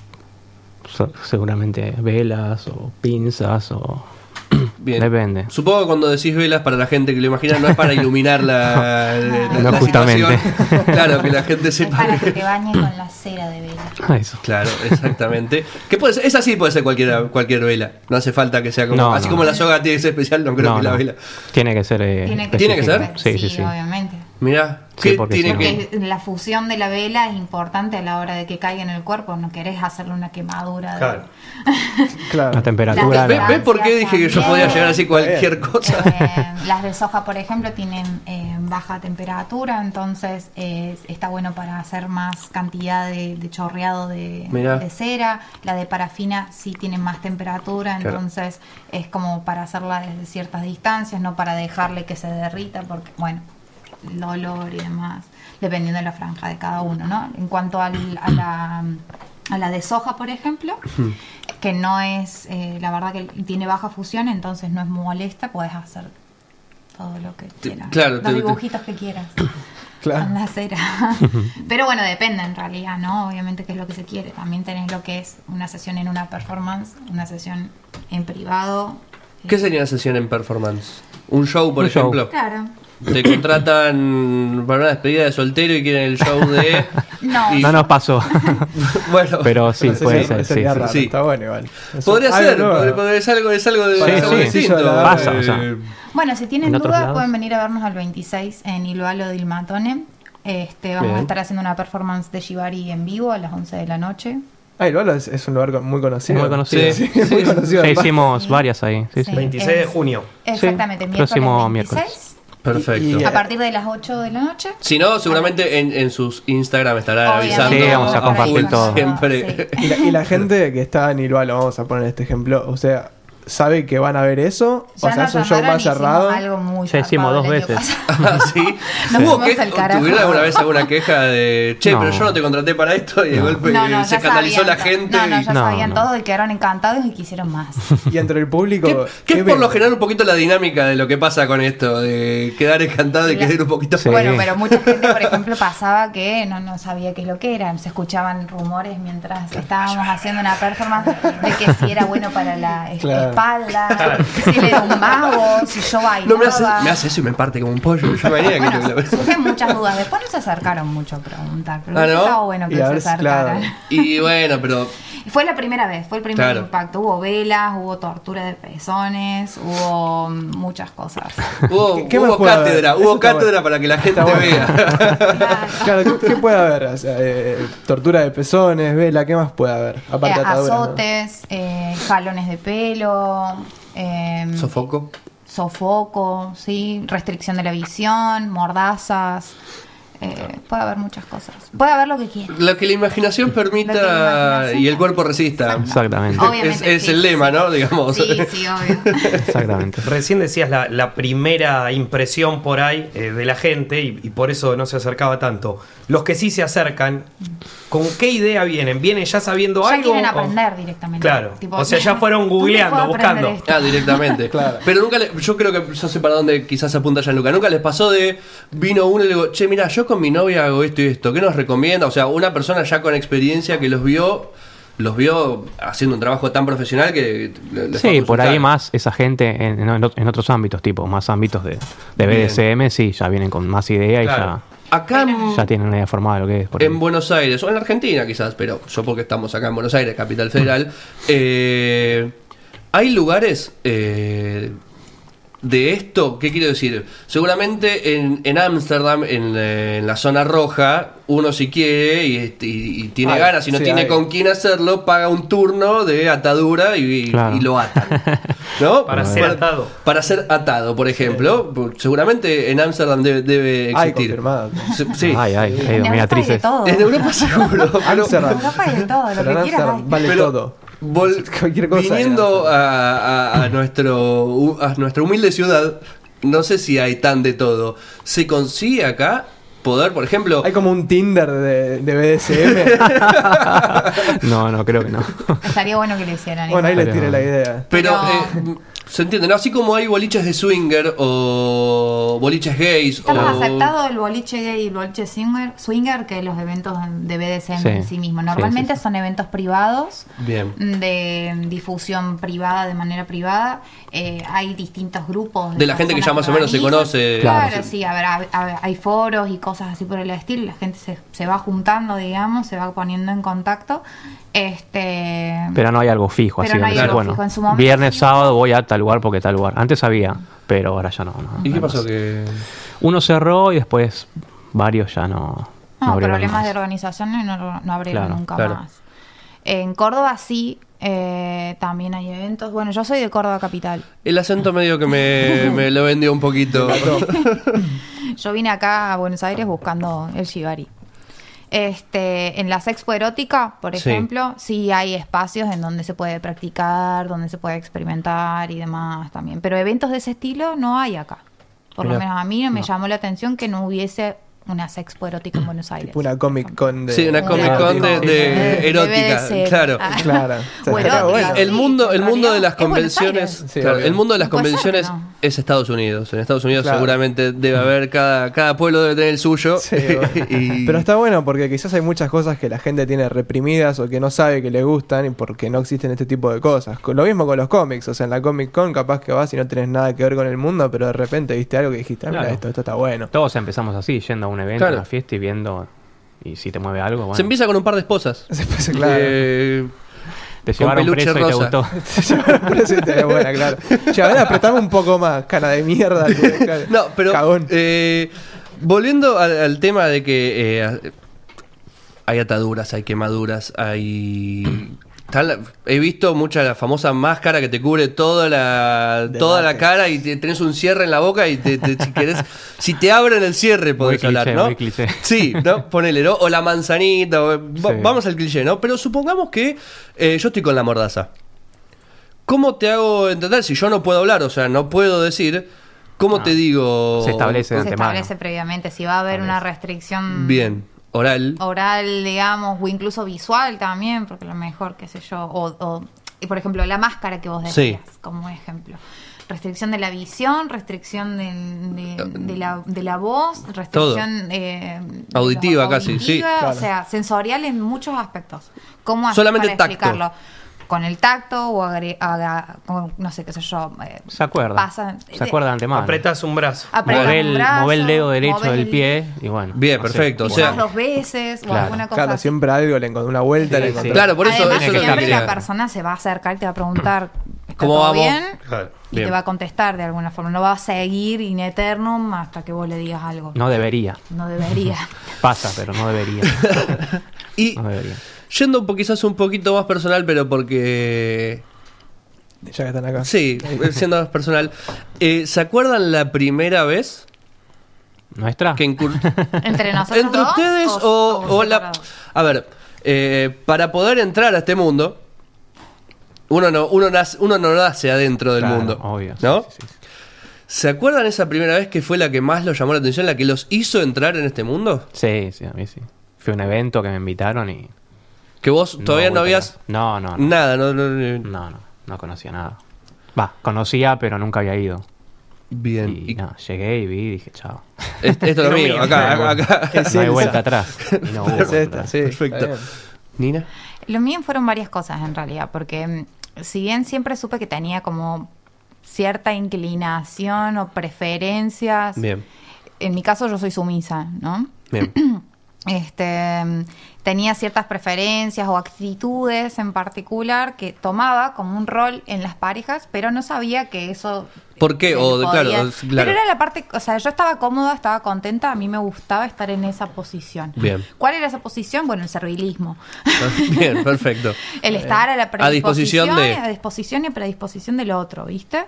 Speaker 7: so- seguramente velas o pinzas o...
Speaker 4: Bien.
Speaker 7: Depende.
Speaker 4: Supongo que cuando decís velas, para la gente que lo imagina, no es para iluminar la, la-
Speaker 7: No,
Speaker 4: la
Speaker 7: justamente.
Speaker 4: situación. Claro, que la gente
Speaker 8: Es
Speaker 4: sepa.
Speaker 8: para
Speaker 4: que-
Speaker 8: que te bañes con la cera de vela.
Speaker 7: Ah, Eso.
Speaker 4: Claro, exactamente. Que puede ser- esa sí puede ser cualquiera, cualquier vela. No hace falta que sea como.
Speaker 7: No,
Speaker 4: así
Speaker 7: no.
Speaker 4: como la soga tiene que ser especial, no creo
Speaker 7: No,
Speaker 4: que la
Speaker 7: no.
Speaker 4: vela.
Speaker 7: Tiene que ser. eh,
Speaker 8: Tiene que,
Speaker 4: ¿Tiene que
Speaker 7: específico.
Speaker 4: ser?
Speaker 7: Sí, sí, sí.
Speaker 8: obviamente.
Speaker 4: Mirá,
Speaker 7: Sí,
Speaker 4: ¿qué
Speaker 7: porque
Speaker 4: tiene
Speaker 7: si no-
Speaker 4: que.
Speaker 8: Porque la fusión de la vela es importante a la hora de que caiga en el cuerpo. No querés hacerle una quemadura. de-
Speaker 6: Claro.
Speaker 5: Claro.
Speaker 7: La temperatura.
Speaker 8: Las
Speaker 4: ¿Ves
Speaker 7: la-
Speaker 8: velas.
Speaker 4: por qué dije que yo podía llegar así cualquier cosa?
Speaker 8: Eh, las de soja, por ejemplo, tienen eh, baja temperatura, entonces eh, está bueno para hacer más cantidad de, de chorreado de,
Speaker 4: Mirá.
Speaker 8: de cera. La de parafina sí tiene más temperatura,
Speaker 4: Claro.
Speaker 8: entonces es como para hacerla desde ciertas distancias, no para dejarle que se derrita, porque, bueno, el olor y demás, dependiendo de la franja de cada uno, ¿no? En cuanto al- a la... A la de soja, por ejemplo, que no es, eh, la verdad que tiene baja fusión, entonces no es molesta, puedes hacer todo lo que
Speaker 4: Te-
Speaker 8: quieras.
Speaker 4: claro,
Speaker 8: los
Speaker 4: te- te-
Speaker 8: dibujitos que quieras.
Speaker 5: Claro.
Speaker 8: Con la cera. Pero bueno, depende en realidad, ¿no? Obviamente qué es lo que se quiere. También tenés lo que es una sesión en una performance, una sesión en privado. Eh,
Speaker 4: ¿Qué sería una sesión en performance? ¿Un show, por
Speaker 7: Un show.
Speaker 4: ejemplo?
Speaker 8: Claro.
Speaker 4: Te contratan para una despedida de soltero y quieren el show de.
Speaker 8: No.
Speaker 4: Y-
Speaker 7: No nos pasó.
Speaker 4: Bueno,
Speaker 7: Pero sí,
Speaker 5: Una sesión-
Speaker 7: puede
Speaker 5: una
Speaker 7: ser. Sí,
Speaker 5: sería
Speaker 7: sí.
Speaker 5: raro,
Speaker 4: sí.
Speaker 5: Está bueno igual. Es
Speaker 4: podría
Speaker 5: un-
Speaker 4: ser,
Speaker 5: algo nuevo.
Speaker 4: podría- podría- es algo, es algo de
Speaker 5: Para
Speaker 4: algo
Speaker 7: sí.
Speaker 4: distinto. Eh,
Speaker 5: Sí, la-
Speaker 7: Pasa, o sea.
Speaker 8: Bueno, si tienen
Speaker 7: En otros
Speaker 8: dudas
Speaker 7: lados.
Speaker 8: pueden venir a vernos al 26 en Iloalo del Matone. Este, vamos a estar haciendo una performance de Shibari en vivo a las 11 de la noche.
Speaker 5: Ah, el Balo es, es un lugar con- muy conocido.
Speaker 7: Muy conocido.
Speaker 5: Sí, sí, muy conocido.
Speaker 7: Ya
Speaker 5: además.
Speaker 7: hicimos varias ahí. Sí, sí.
Speaker 6: 26 de junio.
Speaker 8: Exactamente,
Speaker 7: Sí,
Speaker 8: miércoles
Speaker 7: próximo
Speaker 8: 26.
Speaker 7: miércoles.
Speaker 4: Perfecto.
Speaker 5: Y- y-
Speaker 8: A partir de las 8 de la noche.
Speaker 4: Si no, seguramente en, en sus Instagram estarán
Speaker 8: Obviamente,
Speaker 4: avisando.
Speaker 7: Sí, vamos a
Speaker 4: full
Speaker 7: compartir todo.
Speaker 4: Siempre.
Speaker 8: Sí.
Speaker 5: Y la, y la gente que está en Ilualo, vamos a poner este ejemplo, o sea, ¿sabe que van a ver eso? O
Speaker 8: Ya
Speaker 5: sea,
Speaker 8: nos
Speaker 5: es un show
Speaker 8: llamaron
Speaker 5: más
Speaker 8: y hicimos
Speaker 5: cerrado.
Speaker 8: Algo muy
Speaker 7: Ya hicimos
Speaker 8: zarpado
Speaker 7: dos
Speaker 8: el año
Speaker 7: veces.
Speaker 8: pasado.
Speaker 4: Ah, sí.
Speaker 8: Nos
Speaker 4: ¿Hubo
Speaker 8: fuimos
Speaker 4: que,
Speaker 8: al carajo.
Speaker 4: ¿Tuvieron alguna vez alguna queja de che, pero
Speaker 7: No.
Speaker 4: yo no te contraté para esto? Y de golpe
Speaker 8: No, no,
Speaker 4: Eh, se
Speaker 8: ya
Speaker 4: escandalizó la
Speaker 8: sabían to-
Speaker 4: gente.
Speaker 8: No, no,
Speaker 4: y-
Speaker 8: ya
Speaker 7: No,
Speaker 8: sabían
Speaker 7: no.
Speaker 8: todo y quedaron encantados y quisieron más.
Speaker 5: Y entre el público.
Speaker 4: Que, que es por
Speaker 5: ven?
Speaker 4: lo general un poquito la dinámica de lo que pasa con esto, de quedar encantado y
Speaker 8: La-
Speaker 4: quedar un poquito
Speaker 7: Sí.
Speaker 4: fuera.
Speaker 8: Bueno, pero mucha gente, por ejemplo, pasaba que no, no sabía qué es lo que era. Se escuchaban rumores mientras estábamos haciendo una performance de que si era bueno para la es-
Speaker 5: Claro.
Speaker 8: espalda, si él era un mago, si yo bailaba.
Speaker 4: No me hace, me hace eso y me parte como un pollo. Yo me haría que te
Speaker 8: Bueno,
Speaker 4: lo-
Speaker 8: surgen muchas dudas. Después no se acercaron mucho a preguntar, pero
Speaker 4: Ah,
Speaker 8: hubiese
Speaker 4: ¿no?
Speaker 8: estaba bueno que
Speaker 5: Y
Speaker 8: se
Speaker 5: a ver si-
Speaker 8: acercaran.
Speaker 5: claro.
Speaker 4: Y bueno, pero
Speaker 8: Fue la primera vez, fue el primer
Speaker 4: Claro.
Speaker 8: impacto. Hubo velas, hubo tortura de pezones, hubo mm, muchas cosas.
Speaker 4: hubo,
Speaker 5: ¿Qué más
Speaker 4: hubo
Speaker 5: puede haber?
Speaker 4: cátedra,
Speaker 5: Eso
Speaker 4: hubo
Speaker 5: está
Speaker 4: cátedra
Speaker 5: bueno.
Speaker 4: para que la gente
Speaker 5: bueno.
Speaker 4: vea.
Speaker 5: Claro, ¿qué, qué puede haber? O sea, eh, tortura de pezones, vela, ¿qué más puede haber? Aparte
Speaker 8: Eh,
Speaker 5: de ataduras, ¿no?
Speaker 8: azotes, eh, jalones de pelo, eh,
Speaker 4: Sofoco.
Speaker 8: sofoco, ¿sí? restricción de la visión, mordazas. Eh, Puede haber muchas cosas. Puede haber lo que quiera.
Speaker 4: Lo que la imaginación permita
Speaker 8: Lo que la imaginación-
Speaker 4: y el cuerpo resista.
Speaker 7: Exactamente.
Speaker 4: Es,
Speaker 8: Obviamente,
Speaker 4: es
Speaker 8: sí,
Speaker 4: el
Speaker 8: sí,
Speaker 4: lema,
Speaker 8: sí.
Speaker 4: ¿no? Digamos.
Speaker 8: Sí, sí, obvio.
Speaker 7: Exactamente.
Speaker 6: Recién decías la, la primera impresión por ahí eh, de la gente y, y por eso no se acercaba tanto. Los que sí se acercan, ¿con qué idea vienen? ¿Vienen ya sabiendo
Speaker 8: ya
Speaker 6: algo?
Speaker 8: quieren
Speaker 6: o-
Speaker 8: aprender directamente.
Speaker 6: Claro.
Speaker 8: Tipo,
Speaker 6: o sea, ya fueron
Speaker 8: ¿dónde
Speaker 6: googleando,
Speaker 8: puedo aprender
Speaker 6: buscando.
Speaker 8: esto?
Speaker 4: Ah, directamente. Pero nunca le- yo creo que yo sé para dónde quizás apunta Gianluca. Nunca les pasó de vino uno y le digo, che, mira, yo con mi novia hago esto y esto. ¿Qué nos recomienda? O sea, una persona ya con experiencia que los vio, los vio haciendo un trabajo tan profesional que le- les fue
Speaker 7: Sí,
Speaker 4: a
Speaker 7: por ahí
Speaker 4: consultar.
Speaker 7: más esa gente en, en otro- en otros ámbitos, tipo, más ámbitos de, de BDSM, sí, ya vienen con más idea y
Speaker 4: Claro. Acá en-
Speaker 7: ya, ya tienen una idea formada de lo que es. por
Speaker 4: en
Speaker 7: ahí.
Speaker 4: Buenos Aires, o en la Argentina quizás, pero yo porque estamos acá en Buenos Aires, capital federal,
Speaker 7: Mm.
Speaker 4: eh, hay lugares eh, de esto, ¿qué quiero decir? Seguramente en en Ámsterdam, en, eh, en la zona roja, uno si quiere y, este, y- y tiene
Speaker 5: Hay,
Speaker 4: ganas, si no
Speaker 5: sí,
Speaker 4: tiene
Speaker 5: hay.
Speaker 4: con quién hacerlo, paga un turno de atadura y, y-
Speaker 7: Claro.
Speaker 4: y lo atan. ¿no?
Speaker 6: Para ser atado.
Speaker 4: Para ser atado, por ejemplo. Seguramente en Ámsterdam debe, debe
Speaker 5: Ay,
Speaker 4: existir.
Speaker 5: confirmado.
Speaker 4: Sí, sí.
Speaker 7: Ay, ay, hay
Speaker 8: En Europa hay de
Speaker 7: dominatrices.
Speaker 8: todo.
Speaker 4: En
Speaker 8: En
Speaker 4: Europa seguro. pero-
Speaker 5: Amsterdam.
Speaker 8: Europa hay de todo, lo
Speaker 5: Pero
Speaker 8: que
Speaker 5: en
Speaker 8: quieras.
Speaker 5: Amsterdam
Speaker 8: hay.
Speaker 5: vale
Speaker 4: Pero-
Speaker 5: todo.
Speaker 4: Vol-
Speaker 5: Cualquier cosa
Speaker 4: viniendo
Speaker 5: era.
Speaker 4: a, a- a nuestro, a nuestra humilde ciudad, no sé si hay tan de todo. ¿Se consigue acá poder, por ejemplo,
Speaker 5: Hay como un Tinder de, de BDSM.
Speaker 7: No, no, creo que no.
Speaker 8: Estaría bueno que lo hicieran.
Speaker 5: bueno, ahí
Speaker 8: igual.
Speaker 5: les tiré la idea.
Speaker 4: pero
Speaker 8: pero-
Speaker 4: eh, se entiende, ¿no? Así como hay boliches de swinger o boliches gays
Speaker 8: Está
Speaker 7: Oh.
Speaker 8: más
Speaker 4: o...
Speaker 8: aceptado el boliche gay y el boliche swinger, swinger que los eventos de BDSM
Speaker 7: Sí.
Speaker 8: en sí mismo.
Speaker 7: Sí,
Speaker 8: Normalmente
Speaker 7: sí, sí.
Speaker 8: son eventos privados,
Speaker 4: Bien.
Speaker 8: de difusión privada, de manera privada. Eh, hay distintos grupos.
Speaker 4: De la gente que ya
Speaker 8: personas
Speaker 4: más o menos se
Speaker 8: organizan.
Speaker 4: conoce.
Speaker 8: Claro,
Speaker 7: Claro.
Speaker 8: sí, a ver, a- a- hay foros y cosas así por el estilo. La gente se, se va juntando, digamos, se va poniendo en contacto. Este,
Speaker 7: Pero no hay algo fijo,
Speaker 8: Pero
Speaker 7: así
Speaker 8: no hay
Speaker 7: como decir,
Speaker 8: algo
Speaker 7: bueno,
Speaker 8: fijo. En su momento
Speaker 7: viernes,
Speaker 8: sí.
Speaker 7: sábado voy a tal lugar porque tal lugar. Antes había, pero ahora ya no. no,
Speaker 4: ¿Y
Speaker 7: no
Speaker 4: qué
Speaker 7: hay
Speaker 4: pasó?
Speaker 7: más.
Speaker 4: Que...
Speaker 7: Uno cerró y después varios ya no.
Speaker 8: No, Ah,
Speaker 7: abrieron
Speaker 8: problemas
Speaker 7: más.
Speaker 8: de organización no- no, no abrieron
Speaker 7: Claro,
Speaker 8: nunca
Speaker 4: claro.
Speaker 8: más. En Córdoba sí, eh, también hay eventos. Bueno, yo soy de Córdoba Capital.
Speaker 4: El acento medio que me, me lo vendió un poquito.
Speaker 8: Yo vine acá a Buenos Aires buscando el shibari. Este, en las expo erótica, por
Speaker 4: Sí.
Speaker 8: ejemplo, sí hay espacios en donde se puede practicar, donde se puede experimentar y demás también. Pero eventos de ese estilo no hay acá. Por lo
Speaker 4: Mirá.
Speaker 8: menos a mí no me llamó la atención que no hubiese una sexpo erótica en Buenos Aires.
Speaker 5: Tipo una Comic Con de.
Speaker 4: Sí, una
Speaker 8: Una
Speaker 4: Comic Con de,
Speaker 8: Comic-Con
Speaker 4: de
Speaker 8: de-
Speaker 4: erótica,
Speaker 8: de BDSM.
Speaker 4: claro.
Speaker 8: Ah.
Speaker 5: Claro.
Speaker 8: O
Speaker 5: Está
Speaker 8: erótica,
Speaker 5: bueno.
Speaker 4: El
Speaker 8: Sí,
Speaker 4: mundo, el
Speaker 8: en
Speaker 4: mundo de
Speaker 8: realidad
Speaker 4: las
Speaker 8: es Buenos
Speaker 4: convenciones,
Speaker 8: Aires.
Speaker 5: Sí,
Speaker 4: claro,
Speaker 5: obvio.
Speaker 4: el mundo de las
Speaker 8: Puede ser que
Speaker 4: convenciones
Speaker 8: no.
Speaker 4: es Estados Unidos. En Estados Unidos
Speaker 5: Claro.
Speaker 4: seguramente debe haber cada, cada pueblo debe tener el suyo.
Speaker 5: Sí, bueno.
Speaker 4: Y-
Speaker 5: Pero está bueno porque quizás hay muchas cosas que la gente tiene reprimidas o que no sabe que le gustan y porque no existen este tipo de cosas. Co- Lo mismo con los cómics, o sea, en la Comic Con capaz que vas y no tenés nada que ver con el mundo, pero de repente viste algo que dijiste, ah, mira,
Speaker 7: Claro.
Speaker 5: esto, esto está bueno.
Speaker 7: Todos empezamos así, yendo a un evento,
Speaker 4: Claro.
Speaker 7: a una fiesta y viendo. Y si te mueve algo, bueno.
Speaker 4: se empieza con un par de esposas.
Speaker 5: Se pasa, claro.
Speaker 4: Eh,
Speaker 7: te
Speaker 4: con
Speaker 7: llevaron
Speaker 4: peluche
Speaker 7: preso y te
Speaker 4: rosa.
Speaker 7: gustó.
Speaker 5: Por eso te ve buena, claro. Che, a ver, apretame un poco más, cara de mierda. que- cara-
Speaker 4: no, pero
Speaker 5: Cagón.
Speaker 4: eh, volviendo al, al tema de que eh, a- hay ataduras, hay quemaduras, hay está la- He visto mucha la famosa máscara que te cubre toda la toda la cara y te- tenés un cierre en la boca y te, te- si querés si te abren el cierre podés
Speaker 7: cliché,
Speaker 4: hablar, ¿no?
Speaker 7: muy cliché.
Speaker 4: Sí, ¿no? Ponele, ¿no? O la manzanita, o- va-
Speaker 7: Sí.
Speaker 4: vamos al cliché, ¿no? Pero supongamos que eh, yo estoy con la mordaza. ¿Cómo te hago entender si yo no puedo hablar? O sea, no puedo decir. ¿Cómo
Speaker 7: No.
Speaker 4: te digo?
Speaker 7: Ah, Se establece de
Speaker 8: se
Speaker 7: antemano.
Speaker 8: establece previamente si va a haber una restricción
Speaker 4: Bien, oral.
Speaker 8: Oh. oral, digamos, o incluso visual también, porque a lo mejor, qué sé yo, o, o- y por ejemplo, la máscara que vos
Speaker 4: Sí.
Speaker 8: decías, como ejemplo. Restricción de la visión, restricción de,
Speaker 4: Ah,
Speaker 8: de- de la, de la voz, restricción eh,
Speaker 4: Auditiva casi, sí,
Speaker 8: auditiva,
Speaker 5: claro.
Speaker 8: O sea, sensorial en muchos aspectos. ¿Cómo hacer
Speaker 4: Solamente
Speaker 8: para
Speaker 4: tacto.
Speaker 8: explicarlo? Con el tacto o agre- haga- con, no sé qué sé yo. eh,
Speaker 7: Se acuerda.
Speaker 8: Pasa-
Speaker 7: se acuerda de antemano.
Speaker 6: Apretás un brazo.
Speaker 8: apretar
Speaker 7: Mover
Speaker 8: un
Speaker 7: el,
Speaker 8: brazo,
Speaker 7: mover el dedo derecho
Speaker 8: mover
Speaker 7: del
Speaker 8: el-
Speaker 7: pie y bueno.
Speaker 4: Bien,
Speaker 7: no sé,
Speaker 4: perfecto, o
Speaker 7: bueno.
Speaker 8: pisar
Speaker 4: sea-
Speaker 8: dos veces o
Speaker 7: Claro.
Speaker 8: alguna cosa
Speaker 5: Claro,
Speaker 8: así.
Speaker 5: siempre algo, le encontré una vuelta,
Speaker 7: Sí,
Speaker 5: le
Speaker 7: sí.
Speaker 5: encontré.
Speaker 4: Claro, por eso.
Speaker 8: Además,
Speaker 4: eso es lo que
Speaker 8: siempre
Speaker 4: quería.
Speaker 8: la persona se va a acercar, te va a preguntar ¿está
Speaker 4: ¿Cómo
Speaker 8: todo
Speaker 4: vamos?
Speaker 8: bien?
Speaker 6: Claro,
Speaker 8: y
Speaker 4: bien.
Speaker 8: te va a contestar de alguna forma. No va a seguir in eternum hasta que vos le digas algo.
Speaker 7: No debería.
Speaker 8: No debería.
Speaker 7: Pasa, pero no debería.
Speaker 4: Y
Speaker 7: No debería.
Speaker 4: yendo un po- quizás un poquito más personal, pero porque.
Speaker 5: Ya que están
Speaker 7: Ah.
Speaker 5: acá.
Speaker 4: eh, Sí, siendo más personal. eh, ¿Se acuerdan la primera vez
Speaker 7: ¿Nuestra?
Speaker 4: que incur-
Speaker 8: ¿Entre nosotros
Speaker 4: entre
Speaker 8: dos
Speaker 4: ustedes o,
Speaker 8: o
Speaker 4: o la...
Speaker 8: separados?
Speaker 4: A ver, eh, para poder entrar a este mundo, uno no, uno nace, uno no nace adentro del
Speaker 7: Claro,
Speaker 4: mundo.
Speaker 7: obvio, sí,
Speaker 4: ¿No?
Speaker 7: sí, sí, sí.
Speaker 4: ¿Se acuerdan esa primera vez que fue la que más los llamó la atención, la que los hizo entrar en este mundo?
Speaker 7: Sí, sí, a mí sí. Fue un evento que me invitaron y.
Speaker 4: Que vos todavía no,
Speaker 7: voy para
Speaker 4: habías...
Speaker 7: allá. No, no, no.
Speaker 4: Nada, no, no, no.
Speaker 7: No, no, no conocía nada. Va, conocía, pero nunca había ido.
Speaker 4: Bien.
Speaker 7: Mm. Y,
Speaker 4: Y-
Speaker 7: no, llegué y vi y dije, chao.
Speaker 4: Est- Esto es lo mío, acá, acá, acá.
Speaker 7: no hay vuelta atrás. Y no hubo
Speaker 5: Es esta,
Speaker 7: vuelta atrás.
Speaker 5: sí. está
Speaker 4: Perfecto.
Speaker 5: bien.
Speaker 4: Nina.
Speaker 8: Lo mío fueron varias cosas en realidad, porque mm, si bien siempre supe que tenía como cierta inclinación o preferencias,
Speaker 4: Bien,
Speaker 8: en mi caso yo soy sumisa, ¿no?
Speaker 4: bien.
Speaker 8: Este, mm, tenía ciertas preferencias o actitudes en particular que tomaba como un rol en las parejas, pero no sabía que eso...
Speaker 4: ¿Por qué?
Speaker 8: se
Speaker 4: O
Speaker 8: le
Speaker 4: de-
Speaker 8: podía-
Speaker 4: claro, o- claro.
Speaker 8: Pero era la parte, o sea, yo estaba cómoda, estaba contenta, a mí me gustaba estar en esa posición.
Speaker 4: Bien.
Speaker 8: ¿Cuál era esa posición? Bueno, el servilismo.
Speaker 4: Ah, Bien, perfecto.
Speaker 8: El estar a la
Speaker 4: A disposición
Speaker 8: predisposición,
Speaker 4: de-
Speaker 8: a disposición y predisposición del otro, ¿viste?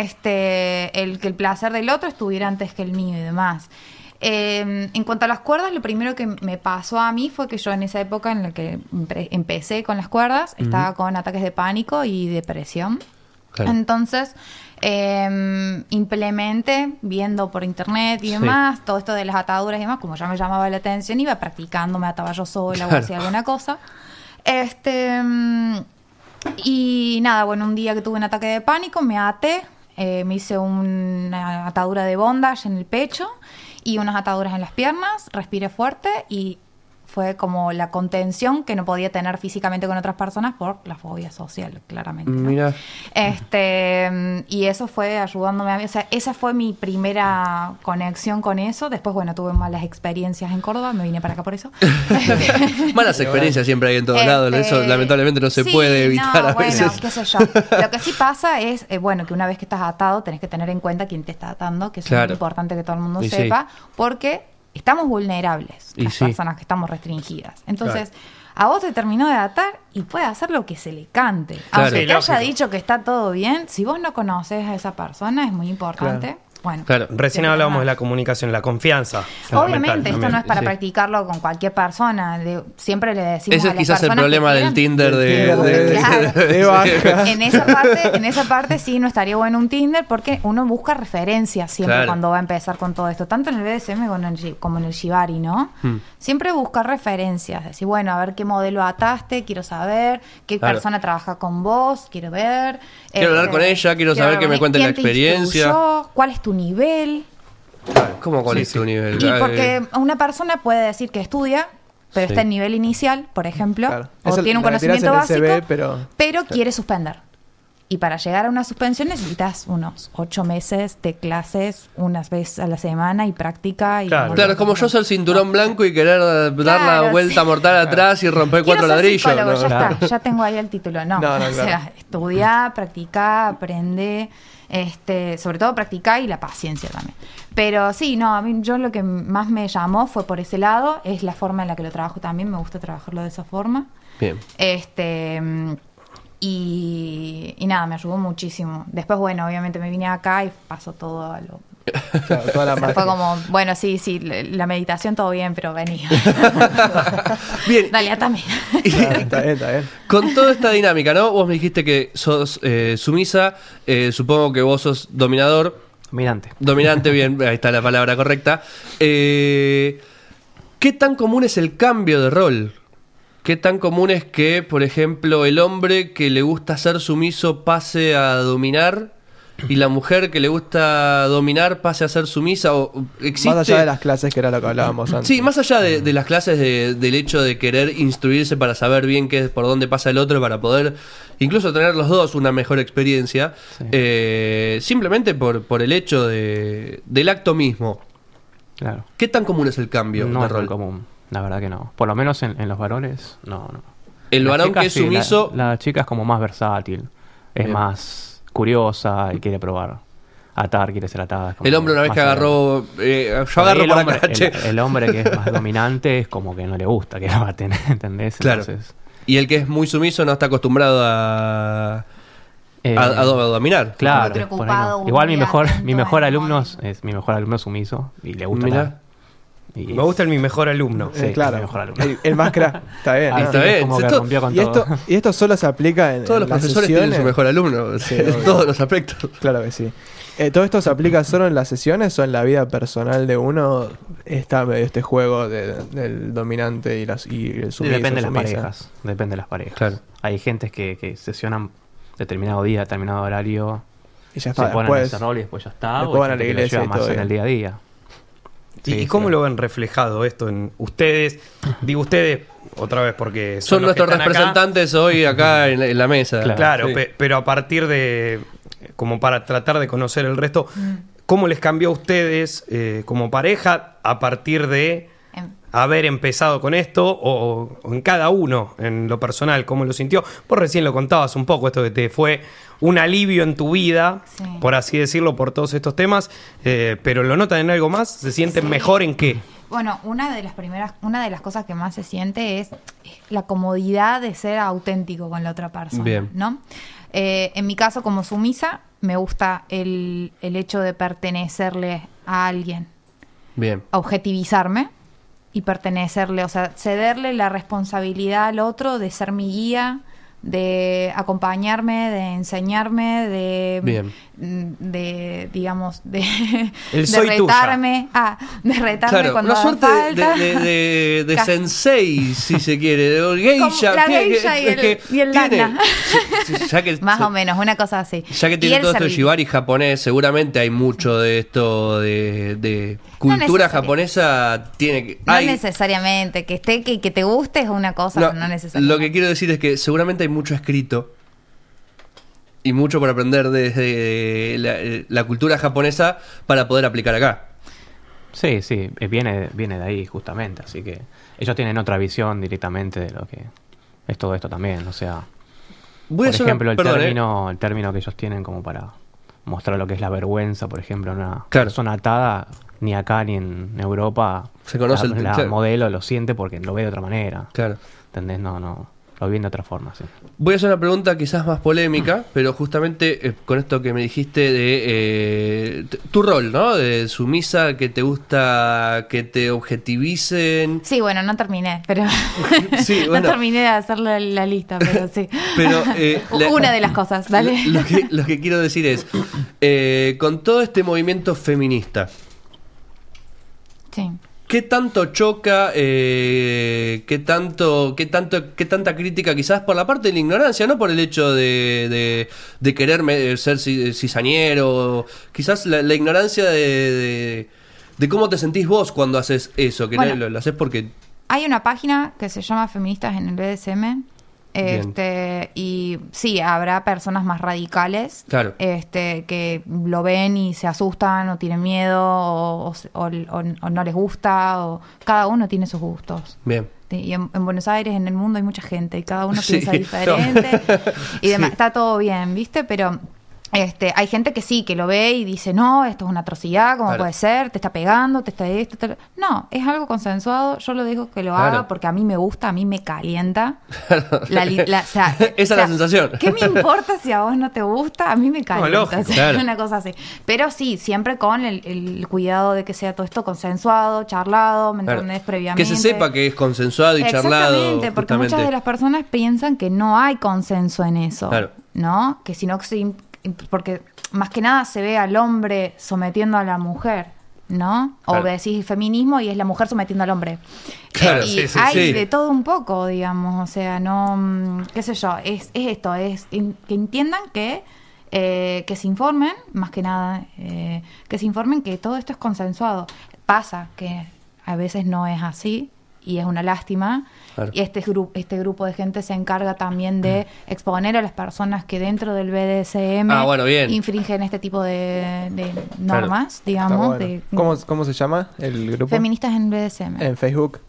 Speaker 8: Este, el que el placer del otro estuviera antes que el mío y demás. Eh, en cuanto a las cuerdas, lo primero que me pasó a mí fue que yo en esa época en la que empe- empecé con las cuerdas, estaba con ataques de pánico y depresión.
Speaker 4: Claro.
Speaker 8: Entonces, eh, implementé, viendo por internet y demás, todo esto de las ataduras y demás, como ya me llamaba la atención, iba practicando, me ataba yo sola o
Speaker 4: Claro.
Speaker 8: hacía alguna cosa. Este. mm, Y nada, bueno, un día que tuve un ataque de pánico, me até, eh, me hice una atadura de bondage en el pecho y unas ataduras en las piernas, respiré fuerte y fue como la contención que no podía tener físicamente con otras personas por la fobia social, claramente. ¿no?
Speaker 4: Mira.
Speaker 8: Este, mm, y eso fue ayudándome a mí. O sea, esa fue mi primera conexión con eso. Después, bueno, tuve malas experiencias en Córdoba, me vine para acá por eso.
Speaker 4: Malas experiencias siempre hay en todos lados,
Speaker 8: Este,
Speaker 4: eso lamentablemente no se
Speaker 8: sí,
Speaker 4: puede evitar
Speaker 8: no,
Speaker 4: a
Speaker 8: bueno,
Speaker 4: veces.
Speaker 8: qué sé yo. Lo que sí pasa es, eh, bueno, que una vez que estás atado, tenés que tener en cuenta quién te está atando, que eso es
Speaker 4: Claro.
Speaker 8: muy importante que todo el mundo
Speaker 4: Y sí.
Speaker 8: sepa, porque estamos vulnerables,
Speaker 4: Y
Speaker 8: las
Speaker 4: sí.
Speaker 8: personas que estamos restringidas. Entonces, a vos te terminó de atar y puede hacer lo que se le cante.
Speaker 4: Claro.
Speaker 8: Aunque
Speaker 6: Sí,
Speaker 8: te haya
Speaker 6: lógico.
Speaker 8: dicho que está todo bien, si vos no conoces a esa persona, es muy importante. Bueno,
Speaker 4: Claro.
Speaker 6: Recién hablábamos de la comunicación, la confianza.
Speaker 8: Obviamente, esto no es para
Speaker 4: sí.
Speaker 8: practicarlo con cualquier persona. de- siempre le decimos
Speaker 4: Ese
Speaker 8: a
Speaker 4: es
Speaker 8: las
Speaker 4: quizás el
Speaker 8: personas que
Speaker 4: problema del
Speaker 8: quieran-
Speaker 4: Tinder de,
Speaker 5: Tinder
Speaker 4: de-
Speaker 5: de-
Speaker 8: Claro.
Speaker 5: de- de baja.
Speaker 8: en esa parte, en esa parte sí no estaría bueno un Tinder porque uno busca referencias siempre
Speaker 4: Claro.
Speaker 8: cuando va a empezar con todo esto, tanto en el BDSM como en el, shi- como en el Shibari, ¿no?
Speaker 4: Hmm.
Speaker 8: Siempre buscar referencias, decir, bueno, a ver qué modelo ataste, quiero saber, qué
Speaker 4: Claro.
Speaker 8: persona trabaja con vos, quiero ver.
Speaker 4: Quiero hablar con ella, quiero saber
Speaker 8: hablar
Speaker 4: que
Speaker 8: con
Speaker 4: me
Speaker 8: ella,
Speaker 4: cuente
Speaker 8: quién
Speaker 4: la
Speaker 8: te
Speaker 4: experiencia.
Speaker 8: instruyó, ¿Cuál es tu nivel?
Speaker 4: ¿Cómo cuál es tu nivel?
Speaker 8: Y
Speaker 4: Ah, eh,
Speaker 8: porque una persona puede decir que estudia, pero
Speaker 4: Sí.
Speaker 8: está en nivel inicial, por ejemplo,
Speaker 5: Claro.
Speaker 8: o
Speaker 5: Eso
Speaker 8: tiene un
Speaker 5: la tirás en
Speaker 8: conocimiento
Speaker 5: el
Speaker 8: básico,
Speaker 5: CV, pero-
Speaker 8: pero, quiere suspender. Y para llegar a una suspensión necesitas unos ocho meses de clases unas veces a la semana y práctica. Y
Speaker 6: Claro.
Speaker 8: bueno,
Speaker 4: Claro, es como yo ser cinturón blanco y querer dar la
Speaker 8: Claro,
Speaker 4: vuelta
Speaker 8: sí.
Speaker 4: mortal atrás y romper
Speaker 8: Quiero
Speaker 4: cuatro
Speaker 8: ser
Speaker 4: ladrillos.
Speaker 8: psicólogo,
Speaker 4: ¿no?
Speaker 8: ya
Speaker 7: Claro.
Speaker 8: está, ya tengo ahí el título. No,
Speaker 5: No, no,
Speaker 8: o sea,
Speaker 5: claro.
Speaker 8: estudiá, practicá, aprendé, este, sobre todo practicá y la paciencia también. Pero sí, no, a mí yo lo que más me llamó fue por ese lado, es la forma en la que lo trabajo también, me gusta trabajarlo de esa forma.
Speaker 4: Bien.
Speaker 8: Este mm, y, y nada, me ayudó muchísimo. Después, bueno, obviamente me vine acá y pasó todo a lo.
Speaker 5: Claro, toda la
Speaker 8: o sea,
Speaker 5: magia.
Speaker 8: fue como, bueno, sí, sí, la la meditación todo bien, pero venía.
Speaker 4: Bien.
Speaker 8: Dale, atame.
Speaker 5: Claro, está bien, está bien.
Speaker 4: Con toda esta dinámica, ¿no? Vos me dijiste que sos eh, sumisa, eh, supongo que vos sos dominador,
Speaker 7: Mirante.
Speaker 4: dominante, bien, ahí está la palabra correcta. Eh, ¿Qué tan común es el cambio de rol? ¿Qué tan común es que, por ejemplo, el hombre que le gusta ser sumiso pase a dominar y la mujer que le gusta dominar pase a ser sumisa? ¿O existe...
Speaker 5: Más allá de las clases que era lo que hablábamos antes.
Speaker 4: Sí, más allá de, de las clases de- del hecho de querer instruirse para saber bien qué es por dónde pasa el otro, para poder incluso tener los dos una mejor experiencia, eh, simplemente por, por el hecho de, del acto mismo.
Speaker 7: Claro.
Speaker 4: ¿Qué tan común es el cambio
Speaker 7: No
Speaker 4: de
Speaker 7: es tan
Speaker 4: rol?
Speaker 7: común. La verdad que no. Por lo menos en, en los varones, no, no.
Speaker 4: El
Speaker 7: Las
Speaker 4: varón
Speaker 7: chicas,
Speaker 4: que es
Speaker 7: sí, la-
Speaker 4: sumiso,
Speaker 7: La, chica es como más versátil. Es
Speaker 4: Bien.
Speaker 7: más curiosa y quiere probar. Atar, quiere ser atada. es como
Speaker 4: el hombre una vez
Speaker 7: más
Speaker 4: que agarró... eh, yo agarro
Speaker 7: el
Speaker 4: por
Speaker 7: hombre,
Speaker 4: acá, che.
Speaker 7: el, el hombre que es más dominante es como que no le gusta que lo maten, ¿entendés?
Speaker 4: Claro.
Speaker 7: Entonces,
Speaker 4: Y el que es muy sumiso no está acostumbrado a...
Speaker 7: Eh,
Speaker 4: a, a do- a dominar.
Speaker 7: Claro,
Speaker 8: Preocupado,
Speaker 7: por ahí no. igual mi
Speaker 8: humilde,
Speaker 7: mejor,
Speaker 8: atento
Speaker 7: mi mejor
Speaker 8: al
Speaker 7: alumno es,
Speaker 8: móvil.
Speaker 7: es- mi mejor alumno es sumiso y le gusta
Speaker 4: Mirá.
Speaker 7: la- y
Speaker 6: Me
Speaker 7: es-
Speaker 6: gusta el mi mejor alumno.
Speaker 7: Sí,
Speaker 5: Eh, claro.
Speaker 7: es mejor alumno.
Speaker 5: El, el más crack. Está bien.
Speaker 7: Así
Speaker 5: ¿no?
Speaker 4: está
Speaker 7: que ah, es
Speaker 4: bien.
Speaker 7: como que
Speaker 4: Esto-
Speaker 7: rompió con
Speaker 5: Y esto,
Speaker 7: todo.
Speaker 5: y esto solo se aplica en.
Speaker 4: Todos los
Speaker 5: en las
Speaker 4: profesores tienen su
Speaker 5: sesiones?
Speaker 4: mejor alumno.
Speaker 5: Sí,
Speaker 4: en
Speaker 5: obvio.
Speaker 4: todos los aspectos.
Speaker 5: Claro que sí. Eh, ¿Todo esto se aplica solo en las sesiones o en la vida personal de uno? Está medio este juego de- del dominante y, las, y el sumiso.
Speaker 7: Depende de las
Speaker 5: sumisa.
Speaker 7: parejas. Depende de las parejas.
Speaker 4: Claro.
Speaker 7: Hay gentes que, que sesionan determinado día, determinado horario,
Speaker 5: Y ya
Speaker 7: se
Speaker 5: está,
Speaker 7: ponen
Speaker 5: después.
Speaker 7: ese rol y después ya está.
Speaker 5: después
Speaker 7: o
Speaker 5: van a
Speaker 7: hay
Speaker 5: la
Speaker 7: gente que
Speaker 5: iglesia
Speaker 7: lo lleva
Speaker 5: y
Speaker 7: más
Speaker 5: todo
Speaker 7: en
Speaker 5: bien.
Speaker 7: el día a día.
Speaker 6: ¿Y,
Speaker 7: Sí,
Speaker 6: y cómo
Speaker 7: sí.
Speaker 6: lo ven reflejado esto en ustedes? Digo ustedes, otra vez, porque son,
Speaker 4: Son
Speaker 6: los que
Speaker 4: nuestros
Speaker 6: están acá.
Speaker 4: representantes hoy acá en, en la mesa.
Speaker 7: Claro.
Speaker 6: Claro,
Speaker 4: Sí.
Speaker 6: pe- pero a partir de, como para tratar de conocer el resto,
Speaker 8: Mm.
Speaker 6: ¿cómo les cambió a ustedes eh, como pareja a partir de
Speaker 8: Em,
Speaker 6: haber empezado con esto o, o en cada uno, en lo personal, cómo lo sintió? Vos recién lo contabas un poco, esto que te fue un alivio en tu vida,
Speaker 8: Sí.
Speaker 6: por así decirlo, por todos estos temas, eh, pero lo notan en algo más, se sienten mejor en qué.
Speaker 8: Bueno, una de las primeras, una de las cosas que más se siente es la comodidad de ser auténtico con la otra persona,
Speaker 4: Bien.
Speaker 8: ¿no? Eh, en mi caso, como sumisa, me gusta el, el hecho de pertenecerle a alguien,
Speaker 4: Bien.
Speaker 8: objetivizarme y pertenecerle, o sea, cederle la responsabilidad al otro de ser mi guía, de acompañarme, de enseñarme, de, mm,
Speaker 4: Bien.
Speaker 8: de digamos, de,
Speaker 6: El
Speaker 8: de
Speaker 6: soy tuya.
Speaker 8: retarme, ah, de retarme
Speaker 4: Claro,
Speaker 8: cuando
Speaker 4: una
Speaker 8: haga
Speaker 4: suerte de,
Speaker 8: falta.
Speaker 4: de- de- de
Speaker 8: Ca-
Speaker 4: sensei, si se quiere, de geisha.
Speaker 8: Como la
Speaker 4: tiene que-
Speaker 8: geisha y el- y el
Speaker 4: tiene-
Speaker 8: lana.
Speaker 4: si- si- ya que-
Speaker 8: Más
Speaker 4: se-
Speaker 8: o menos, una cosa así.
Speaker 4: Ya que
Speaker 8: Y
Speaker 4: tiene
Speaker 8: el
Speaker 4: todo esto de
Speaker 8: servir.
Speaker 4: shibari japonés, seguramente hay mucho de esto de, de cultura
Speaker 8: necesariamente.
Speaker 4: japonesa. Tiene que,
Speaker 8: No
Speaker 4: hay-
Speaker 8: necesariamente, que esté, que, que te guste es una cosa,
Speaker 4: no,
Speaker 8: pero no necesariamente.
Speaker 4: lo que quiero decir es que seguramente hay mucho escrito y mucho para aprender desde la, la cultura japonesa para poder aplicar acá.
Speaker 7: Sí, sí, eh, viene, viene de ahí justamente, así que ellos tienen otra visión directamente de lo que es todo esto también, o sea,
Speaker 4: Voy a
Speaker 7: por
Speaker 4: hacer una-
Speaker 7: ejemplo, el,
Speaker 4: perdón, ¿eh?
Speaker 7: término, el término que ellos tienen como para mostrar lo que es la vergüenza, por ejemplo, en una
Speaker 4: Claro.
Speaker 7: persona atada, ni acá ni en Europa,
Speaker 4: Se conoce
Speaker 7: la,
Speaker 4: el-
Speaker 7: la
Speaker 4: claro.
Speaker 7: modelo lo siente porque lo ve de otra manera,
Speaker 4: Claro.
Speaker 7: ¿entendés? No, no, lo ven de otra forma, sí.
Speaker 4: Voy a hacer una pregunta quizás más polémica, pero justamente eh, con esto que me dijiste de eh, t- tu rol, ¿no? De sumisa, que te gusta que te objetivicen.
Speaker 8: Sí, bueno, no terminé, pero.
Speaker 4: Sí, bueno.
Speaker 8: no terminé de hacer la, la lista, pero sí.
Speaker 4: Pero, eh, la-
Speaker 8: Una de las cosas, dale.
Speaker 4: Lo, lo que, lo que quiero decir es, eh, con todo este movimiento feminista,
Speaker 8: Sí.
Speaker 4: ¿qué tanto choca, eh, qué tanto, qué tanto, qué tanta crítica quizás por la parte de la ignorancia, no por el hecho de, de, de querer me- ser ci- cizañero, quizás la, la ignorancia de, de, de cómo te sentís vos cuando haces eso, que
Speaker 8: Bueno.
Speaker 4: lo, lo haces porque
Speaker 8: Hay una página que se llama Feministas en el BDSM. Este, y sí, habrá personas más radicales
Speaker 4: Claro.
Speaker 8: este, que lo ven y se asustan o tienen miedo o, o se- o- o- o no les gusta. O, cada uno tiene sus gustos.
Speaker 4: bien.
Speaker 8: Sí, Y en, en Buenos Aires, en el mundo, hay mucha gente y cada uno
Speaker 4: Sí,
Speaker 8: piensa
Speaker 4: no.
Speaker 8: diferente y demás. Está todo bien, ¿viste? Pero este, hay gente que sí, que lo ve y dice, no, esto es una atrocidad, ¿cómo
Speaker 4: Claro.
Speaker 8: puede ser? Te está pegando, te está esto. te lo-". No, es algo consensuado. Yo lo digo que lo
Speaker 4: Claro.
Speaker 8: haga porque a mí me gusta, a mí me calienta. La li- la- o sea,
Speaker 4: Esa es
Speaker 8: o sea,
Speaker 4: la sensación.
Speaker 8: ¿Qué me importa si a vos no te gusta? A mí me calienta.
Speaker 6: lógico,
Speaker 8: o sea,
Speaker 4: claro.
Speaker 8: Una cosa así. Pero sí, siempre con el, el cuidado de que sea todo esto consensuado, charlado, ¿me
Speaker 4: Claro.
Speaker 8: entendés?
Speaker 4: Que
Speaker 8: Previamente.
Speaker 4: se sepa que es consensuado y charlado.
Speaker 8: Exactamente, porque
Speaker 4: justamente.
Speaker 8: muchas de las personas piensan que no hay consenso en eso,
Speaker 4: Claro.
Speaker 8: ¿no? Que sino que se- porque más que nada se ve al hombre sometiendo a la mujer, ¿no? O
Speaker 4: Claro.
Speaker 8: decís feminismo y es la mujer sometiendo al hombre.
Speaker 4: Claro,
Speaker 8: Eh, y
Speaker 4: sí, sí,
Speaker 8: hay
Speaker 4: sí.
Speaker 8: de todo un poco, digamos, o sea, no, mm, qué sé yo, es, es esto, es en- que entiendan que eh, que se informen, más que nada, eh, que se informen que todo esto es consensuado. Pasa que a veces no es así y es una lástima.
Speaker 4: Claro. Mm.
Speaker 8: Y este, gru- este grupo de gente se encarga también de exponer a las personas que dentro del BDSM
Speaker 4: Ah, bueno, bien.
Speaker 8: infringen este tipo de, de normas, digamos,
Speaker 5: Está bueno.
Speaker 8: de
Speaker 5: ¿Cómo, cómo se llama el grupo?
Speaker 8: feministas en BDSM.
Speaker 5: En Facebook.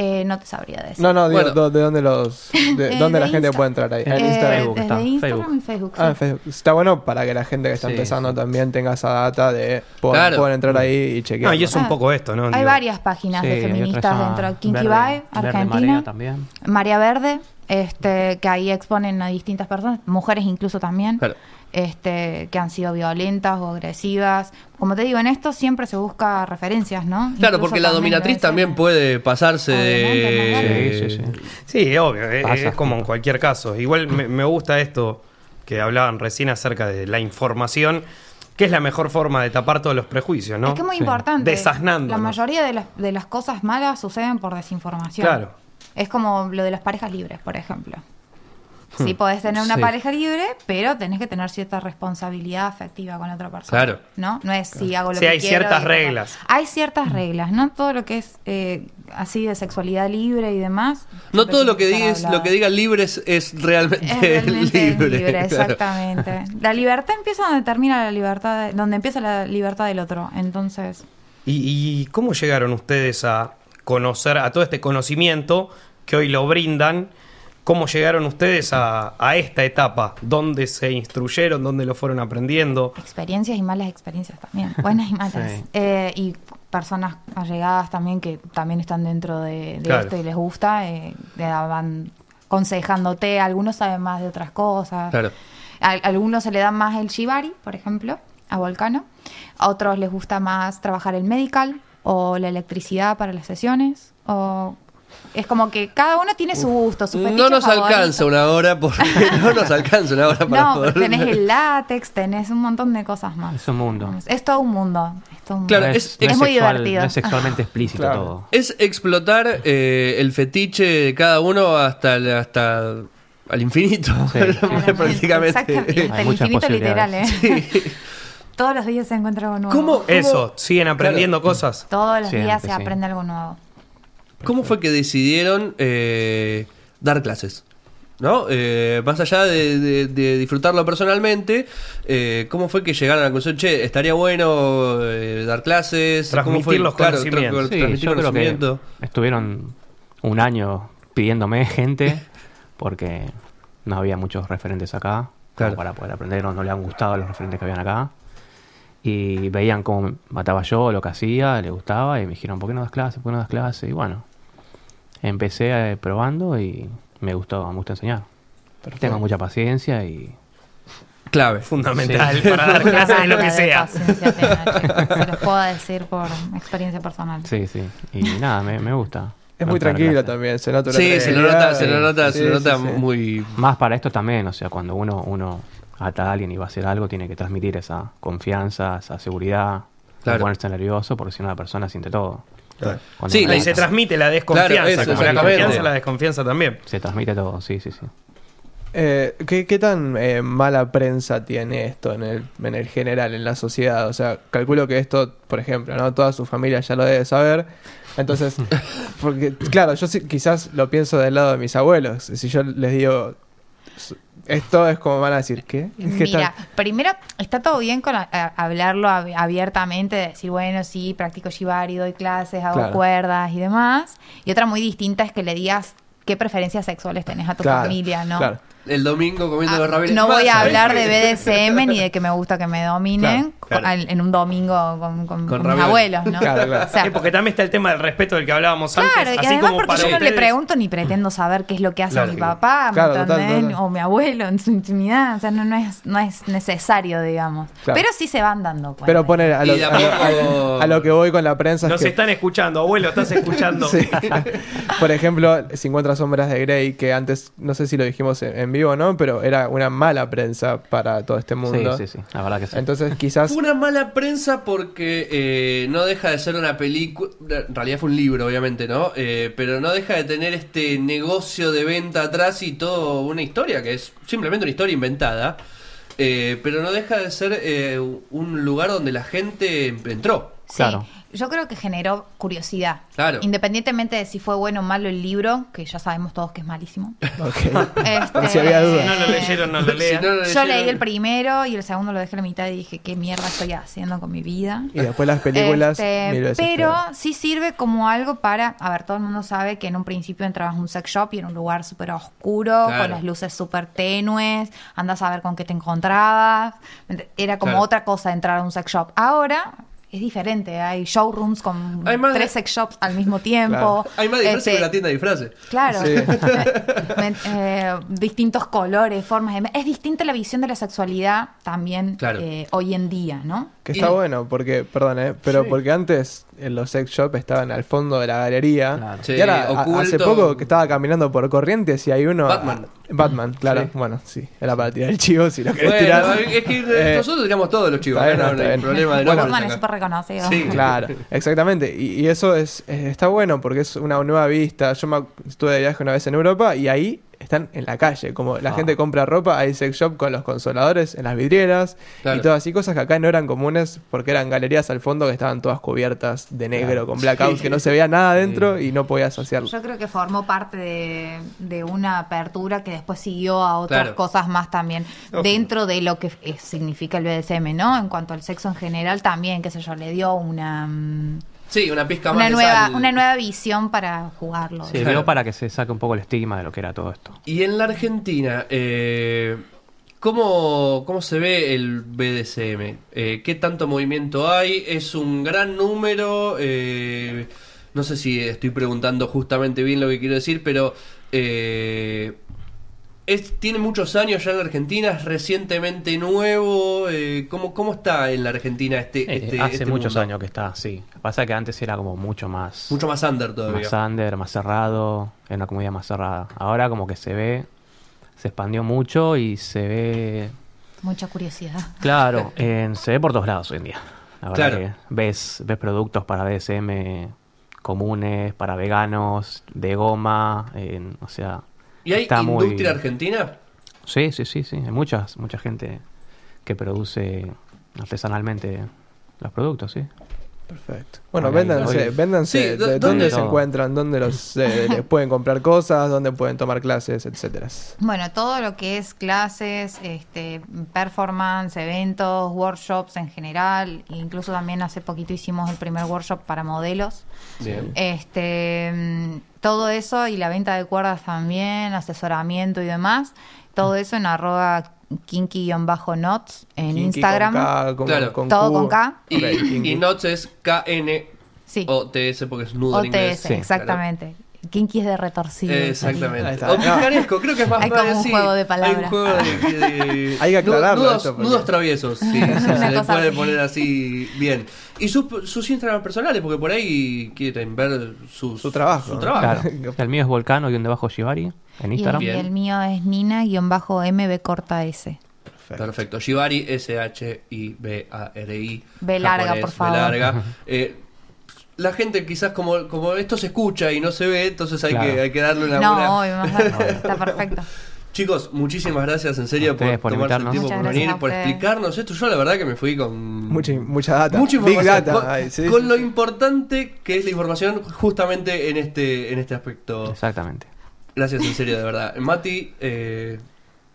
Speaker 8: Eh, no te sabría decir.
Speaker 5: No, no, digo,
Speaker 4: Bueno.
Speaker 5: do- ¿de dónde, los, de,
Speaker 8: Eh,
Speaker 5: dónde
Speaker 8: de
Speaker 5: la gente
Speaker 8: Insta.
Speaker 5: puede entrar ahí?
Speaker 7: En
Speaker 5: En
Speaker 8: Eh,
Speaker 5: Instagram.
Speaker 7: Facebook
Speaker 8: desde
Speaker 7: está,
Speaker 8: Instagram
Speaker 7: Facebook.
Speaker 8: y Facebook.
Speaker 5: Ah, en
Speaker 8: sí.
Speaker 5: Facebook. Está bueno para que la gente que está
Speaker 4: Sí,
Speaker 5: empezando también tenga esa data de po-
Speaker 4: Claro.
Speaker 5: pueden entrar ahí y chequear.
Speaker 6: No, y es un poco esto, ¿no?
Speaker 8: Hay
Speaker 6: Digo,
Speaker 8: varias páginas
Speaker 7: Sí,
Speaker 8: de
Speaker 7: hay otra
Speaker 8: feministas
Speaker 7: llama
Speaker 8: dentro. Kinky
Speaker 7: Verde-
Speaker 8: Bye,
Speaker 7: Verde
Speaker 8: Argentina.
Speaker 7: Marea también.
Speaker 8: María Verde, este, que ahí exponen a distintas personas, mujeres incluso también.
Speaker 4: Claro.
Speaker 8: este, que han sido violentas o agresivas. Como te digo, en esto siempre se busca referencias, ¿no?
Speaker 4: Claro,
Speaker 8: Incluso
Speaker 4: porque la
Speaker 8: también lo
Speaker 4: dominatriz
Speaker 8: decían.
Speaker 4: también puede pasarse eh,
Speaker 8: Obviamente, más vale.
Speaker 4: de...
Speaker 7: Sí, sí, sí.
Speaker 6: Sí, es obvio, es,
Speaker 7: Pasa.
Speaker 6: es como en cualquier caso. Igual me, me gusta esto que hablaban recién acerca de la información, que es la mejor forma de tapar todos los prejuicios, ¿no?
Speaker 8: Es que es muy importante.
Speaker 6: Desasnando,
Speaker 8: La
Speaker 6: ¿no?
Speaker 8: mayoría de las, de las cosas malas suceden por desinformación.
Speaker 6: Claro.
Speaker 8: Es como lo de las parejas libres, por ejemplo. Sí, podés tener una
Speaker 4: Hmm. Sí.
Speaker 8: pareja libre, pero tenés que tener cierta responsabilidad afectiva con la otra persona.
Speaker 4: Claro.
Speaker 8: ¿No? No es si hago lo
Speaker 6: Sí,
Speaker 8: que
Speaker 6: hay
Speaker 8: quiero
Speaker 6: ciertas
Speaker 8: y todo.
Speaker 6: reglas.
Speaker 8: Hay ciertas reglas, ¿no? Todo lo que es eh, así de sexualidad libre y demás.
Speaker 4: No
Speaker 8: siempre
Speaker 4: todo lo
Speaker 8: tiene
Speaker 4: que diga es-
Speaker 8: estar
Speaker 4: lo que
Speaker 8: hablado.
Speaker 4: diga libre es, es realmente,
Speaker 8: Es realmente
Speaker 4: libre.
Speaker 8: libre,
Speaker 4: claro.
Speaker 8: exactamente. La libertad empieza donde termina la libertad, de- donde empieza la libertad del otro. Entonces,
Speaker 6: ¿Y, y cómo llegaron ustedes a conocer, a todo este conocimiento que hoy lo brindan? ¿Cómo llegaron ustedes a, a esta etapa? ¿Dónde se instruyeron? ¿Dónde lo fueron aprendiendo?
Speaker 8: experiencias y malas experiencias también, buenas y malas.
Speaker 7: Sí.
Speaker 8: Eh, y personas allegadas también que también están dentro de, de
Speaker 6: Claro.
Speaker 8: esto y les gusta, eh, te van aconsejándote, algunos saben más de otras cosas.
Speaker 4: Claro.
Speaker 8: A, a algunos se le da más el shibari, por ejemplo, a Volcano. A otros les gusta más trabajar el medical o la electricidad para las sesiones. O es como que cada uno tiene su gusto, su fetiche
Speaker 4: No nos
Speaker 8: favorito.
Speaker 4: alcanza una hora, porque no nos alcanza una hora para
Speaker 8: No,
Speaker 4: poder...
Speaker 8: pero tenés el látex, tenés un montón de cosas más.
Speaker 7: Es un mundo.
Speaker 8: Es todo un mundo. Es todo un
Speaker 4: Claro,
Speaker 7: No
Speaker 8: mundo.
Speaker 4: es-
Speaker 7: no
Speaker 8: es muy
Speaker 7: sexual-
Speaker 8: divertido.
Speaker 7: No es sexualmente explícito todo.
Speaker 4: Es explotar eh, el fetiche de cada uno hasta, el- hasta al infinito,
Speaker 7: Sí.
Speaker 8: Claramente, Exactamente.
Speaker 4: prácticamente.
Speaker 8: Hasta el
Speaker 7: muchas
Speaker 8: infinito literal, ¿eh?
Speaker 7: posibilidades.
Speaker 8: Todos los días se encuentra algo nuevo.
Speaker 4: ¿Cómo, cómo-
Speaker 6: Eso, ¿siguen aprendiendo cosas?
Speaker 8: Todos los días se
Speaker 7: Siempre, sí.
Speaker 8: aprende algo nuevo.
Speaker 4: ¿Cómo fue que decidieron eh, dar clases? ¿No? Eh, más allá de, de- de disfrutarlo personalmente, eh, ¿cómo fue que llegaron a la conclusión? Che, estaría bueno eh, dar clases. ¿Cómo fue?
Speaker 6: Transmitir los
Speaker 4: Claro,
Speaker 6: conocimientos.
Speaker 4: tra-
Speaker 7: Sí,
Speaker 4: transmitir
Speaker 7: yo creo que
Speaker 4: conocimiento.
Speaker 7: estuvieron un año pidiéndome gente porque no había muchos referentes acá como
Speaker 4: Claro.
Speaker 7: para poder aprender o no le han gustado los referentes que habían acá. Y veían cómo mataba yo, lo que hacía, le gustaba y me dijeron, ¿por qué no das clases? ¿Por qué no das clases? Y bueno, empecé eh, probando y me gustó, me gusta enseñar. Tengo mucha paciencia y...
Speaker 4: Clave.
Speaker 6: Fundamental para dar clases de lo que
Speaker 8: Nada
Speaker 6: sea.
Speaker 8: paciencia tenga, chicos. se los puedo decir por experiencia personal.
Speaker 7: Sí, sí. Y nada, me, me gusta.
Speaker 5: Es muy
Speaker 7: Dar
Speaker 5: tranquilo
Speaker 7: clases.
Speaker 5: también, se nota una
Speaker 4: Sí, se lo nota,
Speaker 5: tranquilidad.
Speaker 4: se lo nota, se
Speaker 5: Sí,
Speaker 4: lo nota
Speaker 5: sí, sí.
Speaker 4: muy.
Speaker 7: Más para esto también, o sea, cuando uno, uno ata a alguien y va a hacer algo, tiene que transmitir esa confianza, esa seguridad,
Speaker 4: Claro.
Speaker 7: no ponerse nervioso, porque si no la persona siente todo. Cuando
Speaker 4: Sí,
Speaker 7: uno
Speaker 6: Y se
Speaker 7: ata,
Speaker 6: transmite la desconfianza.
Speaker 4: Claro, eso,
Speaker 6: como la
Speaker 4: exactamente.
Speaker 6: confianza, la desconfianza también.
Speaker 7: se transmite todo, sí, sí, sí.
Speaker 5: Eh, ¿qué, qué tan eh, mala prensa tiene esto en el, en el general, en la sociedad? O sea, calculo que esto, por ejemplo, ¿no? Toda su familia ya lo debe saber. Entonces, porque, claro, yo sí- quizás lo pienso del lado de mis abuelos. Si yo les digo s- esto es como van a decir, ¿qué? Es que
Speaker 8: Mira,
Speaker 5: está-
Speaker 8: primero, está todo bien con a- a- hablarlo ab- abiertamente, de decir, bueno, sí, practico shibari, doy clases, hago
Speaker 5: Claro.
Speaker 8: cuerdas y demás. Y otra muy distinta es que le digas qué preferencias sexuales tenés a tu
Speaker 5: claro,
Speaker 8: familia, ¿no?
Speaker 5: claro.
Speaker 4: El domingo comiendo
Speaker 8: Ah,
Speaker 4: garrabeles.
Speaker 8: no voy a
Speaker 4: Pasa,
Speaker 8: hablar de
Speaker 4: ¿eh?
Speaker 8: BDSM ni de que me gusta que me dominen
Speaker 4: Claro, claro.
Speaker 8: co- al- en un domingo con, con- con mis
Speaker 4: rabioles.
Speaker 8: abuelos, ¿no?
Speaker 5: Claro, claro.
Speaker 8: O sea,
Speaker 6: Eh, porque también está el tema del respeto del que hablábamos
Speaker 8: Claro,
Speaker 6: antes.
Speaker 8: y
Speaker 6: así
Speaker 8: además
Speaker 6: como
Speaker 8: porque
Speaker 6: para
Speaker 8: yo no le
Speaker 6: ustedes.
Speaker 8: pregunto ni pretendo saber qué es lo que hace
Speaker 6: Claro.
Speaker 8: mi papá, ¿me
Speaker 5: Claro, total,
Speaker 8: entendés?
Speaker 5: total.
Speaker 8: O mi abuelo en su intimidad. O sea, no, no, es, no es necesario, digamos.
Speaker 5: Claro.
Speaker 8: Pero sí se van dando cuenta.
Speaker 5: Pero poner a lo,
Speaker 4: Y de a
Speaker 5: a lo-
Speaker 4: poco-
Speaker 5: a lo que voy con la prensa es
Speaker 6: Nos
Speaker 5: que-
Speaker 6: están escuchando, abuelo, estás escuchando.
Speaker 5: Sí. Por ejemplo, 50 sombras de Grey, que antes, no sé si lo dijimos en en vivo o no, pero era una mala prensa para todo este mundo.
Speaker 7: Sí, sí, sí, la verdad que sí.
Speaker 5: Entonces quizás...
Speaker 4: Fue una mala prensa porque eh, no deja de ser una película. En realidad fue un libro, obviamente, ¿no? Eh, pero no deja de tener este negocio de venta atrás y todo una historia que es simplemente una historia inventada. Eh, pero no deja de ser eh, un lugar donde la gente em-, entró.
Speaker 8: Sí,
Speaker 7: Claro.
Speaker 8: Yo creo que generó curiosidad.
Speaker 4: Claro.
Speaker 8: Independientemente de si fue bueno o malo el libro, que ya sabemos todos que es malísimo.
Speaker 5: Ok.
Speaker 8: Este,
Speaker 5: Si había duda.
Speaker 6: Si no lo leyeron,
Speaker 5: Ah,
Speaker 6: no lo
Speaker 4: Si
Speaker 6: lean.
Speaker 4: no lo
Speaker 8: Yo
Speaker 4: leyeron-
Speaker 8: leí el primero y el segundo lo dejé a la mitad y dije, ¿qué mierda estoy haciendo con mi vida?
Speaker 5: Y después las películas...
Speaker 8: Este,
Speaker 5: mil veces
Speaker 8: pero
Speaker 5: peor.
Speaker 8: sí sirve como algo para. A ver, todo el mundo sabe que en un principio entrabas a un sex shop y era un lugar súper oscuro,
Speaker 4: Claro.
Speaker 8: con las luces súper tenues, andás a ver con qué te encontrabas. Era como
Speaker 4: Claro.
Speaker 8: otra cosa entrar a un sex shop. Ahora. es diferente. Hay showrooms con
Speaker 4: Hay más de-
Speaker 8: tres sex shops al mismo tiempo.
Speaker 4: Hay más disfraces
Speaker 8: Este,
Speaker 4: que la tienda de disfraces.
Speaker 8: Claro.
Speaker 5: Sí.
Speaker 8: Me- eh, distintos colores, formas. de- Es distinta la visión de la sexualidad también
Speaker 4: Claro.
Speaker 8: eh, hoy en día, ¿no?
Speaker 5: Que está bueno, porque, perdón, ¿eh? pero porque antes en los sex shops estaban al fondo de la galería.
Speaker 7: Claro.
Speaker 4: Sí,
Speaker 5: y ahora, a-
Speaker 1: oculto.
Speaker 5: hace poco que estaba caminando por Corrientes y hay uno.
Speaker 4: Batman.
Speaker 5: Batman, claro.
Speaker 7: Sí.
Speaker 5: Bueno, sí. Era para tirar el chivo si lo querés
Speaker 4: Bueno,
Speaker 5: tirar.
Speaker 4: es que eh,
Speaker 5: Eh,
Speaker 4: nosotros tiramos todos los chivos.
Speaker 5: está bien,
Speaker 4: no, no,
Speaker 5: está
Speaker 4: hay
Speaker 5: bien.
Speaker 4: problema de
Speaker 5: Bueno,
Speaker 4: nombres
Speaker 8: Batman es
Speaker 4: acá.
Speaker 8: súper reconocido.
Speaker 4: Sí.
Speaker 5: Claro, exactamente. Y, y eso es, es- está bueno porque es una nueva vista. Yo me, ac- estuve de viaje una vez en Europa y ahí están en la calle. Como la
Speaker 7: Ah.
Speaker 5: gente compra ropa, hay sex shop con los consoladores en las vidrieras
Speaker 4: Claro.
Speaker 5: y todas así cosas que acá no eran comunes porque eran galerías al fondo que estaban todas cubiertas de negro con blackouts que no se veía nada adentro y no podías hacerlo.
Speaker 8: Yo creo que formó parte de, de una apertura que después siguió a otras
Speaker 4: Claro.
Speaker 8: cosas más también dentro de lo que eh, significa el BDSM, ¿no? En cuanto al sexo en general también, qué sé yo, le dio una mm,
Speaker 4: Sí, una pizca más
Speaker 8: una
Speaker 4: de
Speaker 8: nueva
Speaker 4: sal.
Speaker 8: una nueva visión para jugarlo.
Speaker 7: Sí,
Speaker 4: Claro.
Speaker 7: veo para que se saque un poco el estigma de lo que era todo esto.
Speaker 4: Y en la Argentina, eh, ¿cómo, ¿cómo se ve el BDSM? Eh, ¿Qué tanto movimiento hay? ¿Es un gran número? Eh, no sé si estoy preguntando justamente bien lo que quiero decir, pero... eh, es, tiene muchos años ya en la Argentina, es recientemente nuevo. eh, ¿cómo, ¿Cómo está en la Argentina este,
Speaker 7: Eh,
Speaker 4: este
Speaker 7: hace
Speaker 4: este
Speaker 7: muchos
Speaker 4: mundo?
Speaker 7: años que está, sí. Pasa que antes era como mucho más,
Speaker 4: Mucho más under todavía.
Speaker 7: más under, más cerrado, era una comunidad más cerrada. Ahora como que se ve, se expandió mucho y se ve,
Speaker 8: Mucha curiosidad.
Speaker 7: claro, en- se ve por todos lados hoy en día. La verdad
Speaker 4: Claro.
Speaker 7: que ves, ves productos para BDSM comunes, para veganos, de goma, en- o sea...
Speaker 4: ¿Y hay
Speaker 7: está muy-
Speaker 4: industria argentina?
Speaker 7: Sí, sí, sí, sí. Hay muchas, mucha gente que produce artesanalmente los productos, sí.
Speaker 5: Perfecto. Bueno,
Speaker 7: Ahí,
Speaker 5: véndanse,
Speaker 7: ahí.
Speaker 5: véndanse.
Speaker 4: Sí,
Speaker 5: de-
Speaker 4: ¿dó-
Speaker 5: ¿Dónde,
Speaker 7: dónde
Speaker 5: se
Speaker 7: todo?
Speaker 5: encuentran? ¿Dónde los, eh, les pueden comprar cosas? ¿Dónde pueden tomar clases? Etcétera.
Speaker 8: Bueno, todo lo que es clases, este, performance, eventos, workshops en general, incluso también hace poquito hicimos el primer workshop para modelos.
Speaker 4: Bien.
Speaker 8: Este, mm, todo eso y la venta de cuerdas también, asesoramiento y demás, todo eso en arroba kinky-nots en
Speaker 5: Kinky
Speaker 8: Instagram.
Speaker 5: Con K, con-
Speaker 4: Claro.
Speaker 5: con
Speaker 8: Todo
Speaker 5: Q.
Speaker 8: con K.
Speaker 4: Y,
Speaker 5: Ok, kinky.
Speaker 4: y Knots es KN
Speaker 8: sí,
Speaker 4: OTS porque es nudo en inglés.
Speaker 8: OTS, exactamente. Kinky es de retorcido.
Speaker 5: Ahí
Speaker 4: Exactamente.
Speaker 5: está.
Speaker 4: O picaresco, creo que es más
Speaker 8: Hay como
Speaker 4: más
Speaker 8: un
Speaker 4: así.
Speaker 8: juego de palabras.
Speaker 4: Hay un juego de- de-
Speaker 5: Hay que aclararlo
Speaker 4: Nudos,
Speaker 5: esto, porque-
Speaker 4: nudos traviesos, sí, sí,
Speaker 8: Una
Speaker 4: se le
Speaker 8: cosa
Speaker 4: puede
Speaker 8: así.
Speaker 4: poner así bien. Y sus, sus Instagram personales, porque por ahí quieren ver sus-
Speaker 5: Su trabajo.
Speaker 4: Su trabajo.
Speaker 7: Claro. el mío es Volcano y un debajo Shibari en
Speaker 8: Y el,
Speaker 7: Instagram.
Speaker 8: y el mío es Nina-MB corta S.
Speaker 4: Perfecto. Shibari, S-H-I-B-A-R-I.
Speaker 8: Ve larga,
Speaker 4: Japonés,
Speaker 8: por
Speaker 4: ve
Speaker 8: favor.
Speaker 4: larga. Eh, la gente quizás como, como esto se escucha y no se ve, entonces hay,
Speaker 7: Claro.
Speaker 4: que, hay que darle una buena...
Speaker 8: No, obvio, más vale. está perfecto.
Speaker 4: Chicos, muchísimas gracias en
Speaker 7: A
Speaker 4: serio por,
Speaker 7: ustedes por
Speaker 4: tomarse el tiempo
Speaker 7: invitarnos.
Speaker 8: Muchas
Speaker 4: por
Speaker 8: gracias
Speaker 4: venir,
Speaker 8: a
Speaker 4: por
Speaker 8: ustedes.
Speaker 4: explicarnos esto. Yo la verdad que me fui con
Speaker 5: Mucha, mucha data.
Speaker 4: mucha
Speaker 5: Big
Speaker 4: información.
Speaker 5: data.
Speaker 4: Con,
Speaker 5: Ay, sí,
Speaker 4: con
Speaker 5: sí,
Speaker 4: lo
Speaker 5: sí.
Speaker 4: importante que es la información justamente en este, en este aspecto.
Speaker 7: Exactamente.
Speaker 4: Gracias en serio, de verdad. Mati, eh,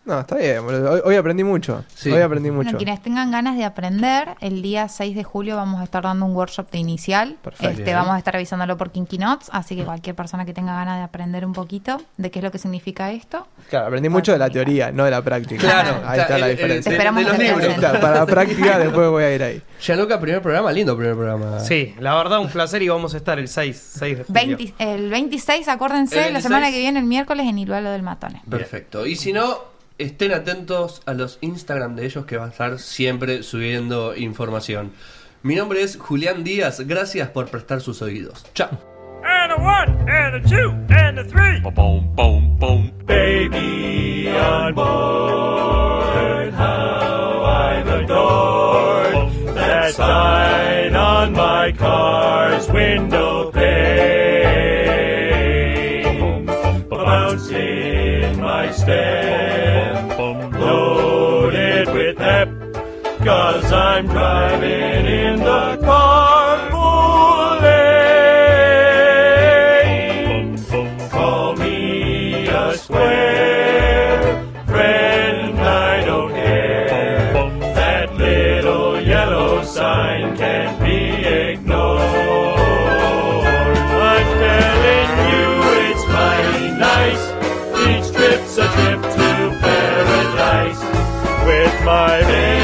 Speaker 5: No, está bien. boludo. Hoy, hoy aprendí mucho.
Speaker 4: Sí.
Speaker 5: Hoy aprendí
Speaker 8: Bueno,
Speaker 5: mucho.
Speaker 8: quienes tengan ganas de aprender, el día 6 de julio vamos a estar dando un workshop de inicial.
Speaker 5: Perfecto.
Speaker 8: Este, vamos a estar revisándolo por Kinky Notes, así que cualquier persona que tenga ganas de aprender un poquito de qué es lo que significa esto.
Speaker 5: Claro, aprendí mucho de la teoría, no de la práctica.
Speaker 4: Claro,
Speaker 5: Ahí está
Speaker 4: está,
Speaker 5: la
Speaker 4: el- el-
Speaker 5: diferencia.
Speaker 8: Te esperamos
Speaker 4: eh, de los
Speaker 8: en la
Speaker 4: libros.
Speaker 5: Ahí está, para la práctica después voy a ir ahí.
Speaker 4: Gianluca, primer programa, lindo primer programa.
Speaker 6: Sí, la verdad, un placer y vamos a estar el 6, 6 de julio.
Speaker 8: 20 el 26, acuérdense,
Speaker 4: El
Speaker 8: la semana
Speaker 4: 26.
Speaker 8: que viene, el miércoles, en Iluelo del Matone.
Speaker 4: Perfecto. Y si no, estén atentos a los Instagram de ellos que van a estar siempre subiendo información. Mi nombre es Julián Díaz. Gracias por prestar sus oídos. Chao.
Speaker 9: and a one, and a two, and a three. Boom, boom, boom, boom. Baby on board, how I'm adored. That sign on my car's window pane, bounced in my step, loaded with hep. Cause I'm driving in the carpool lane. Call me a square, friend, I don't care. That little yellow sign can't be ignored. I'm telling you it's mighty nice. Each trip's a trip to paradise. With my baby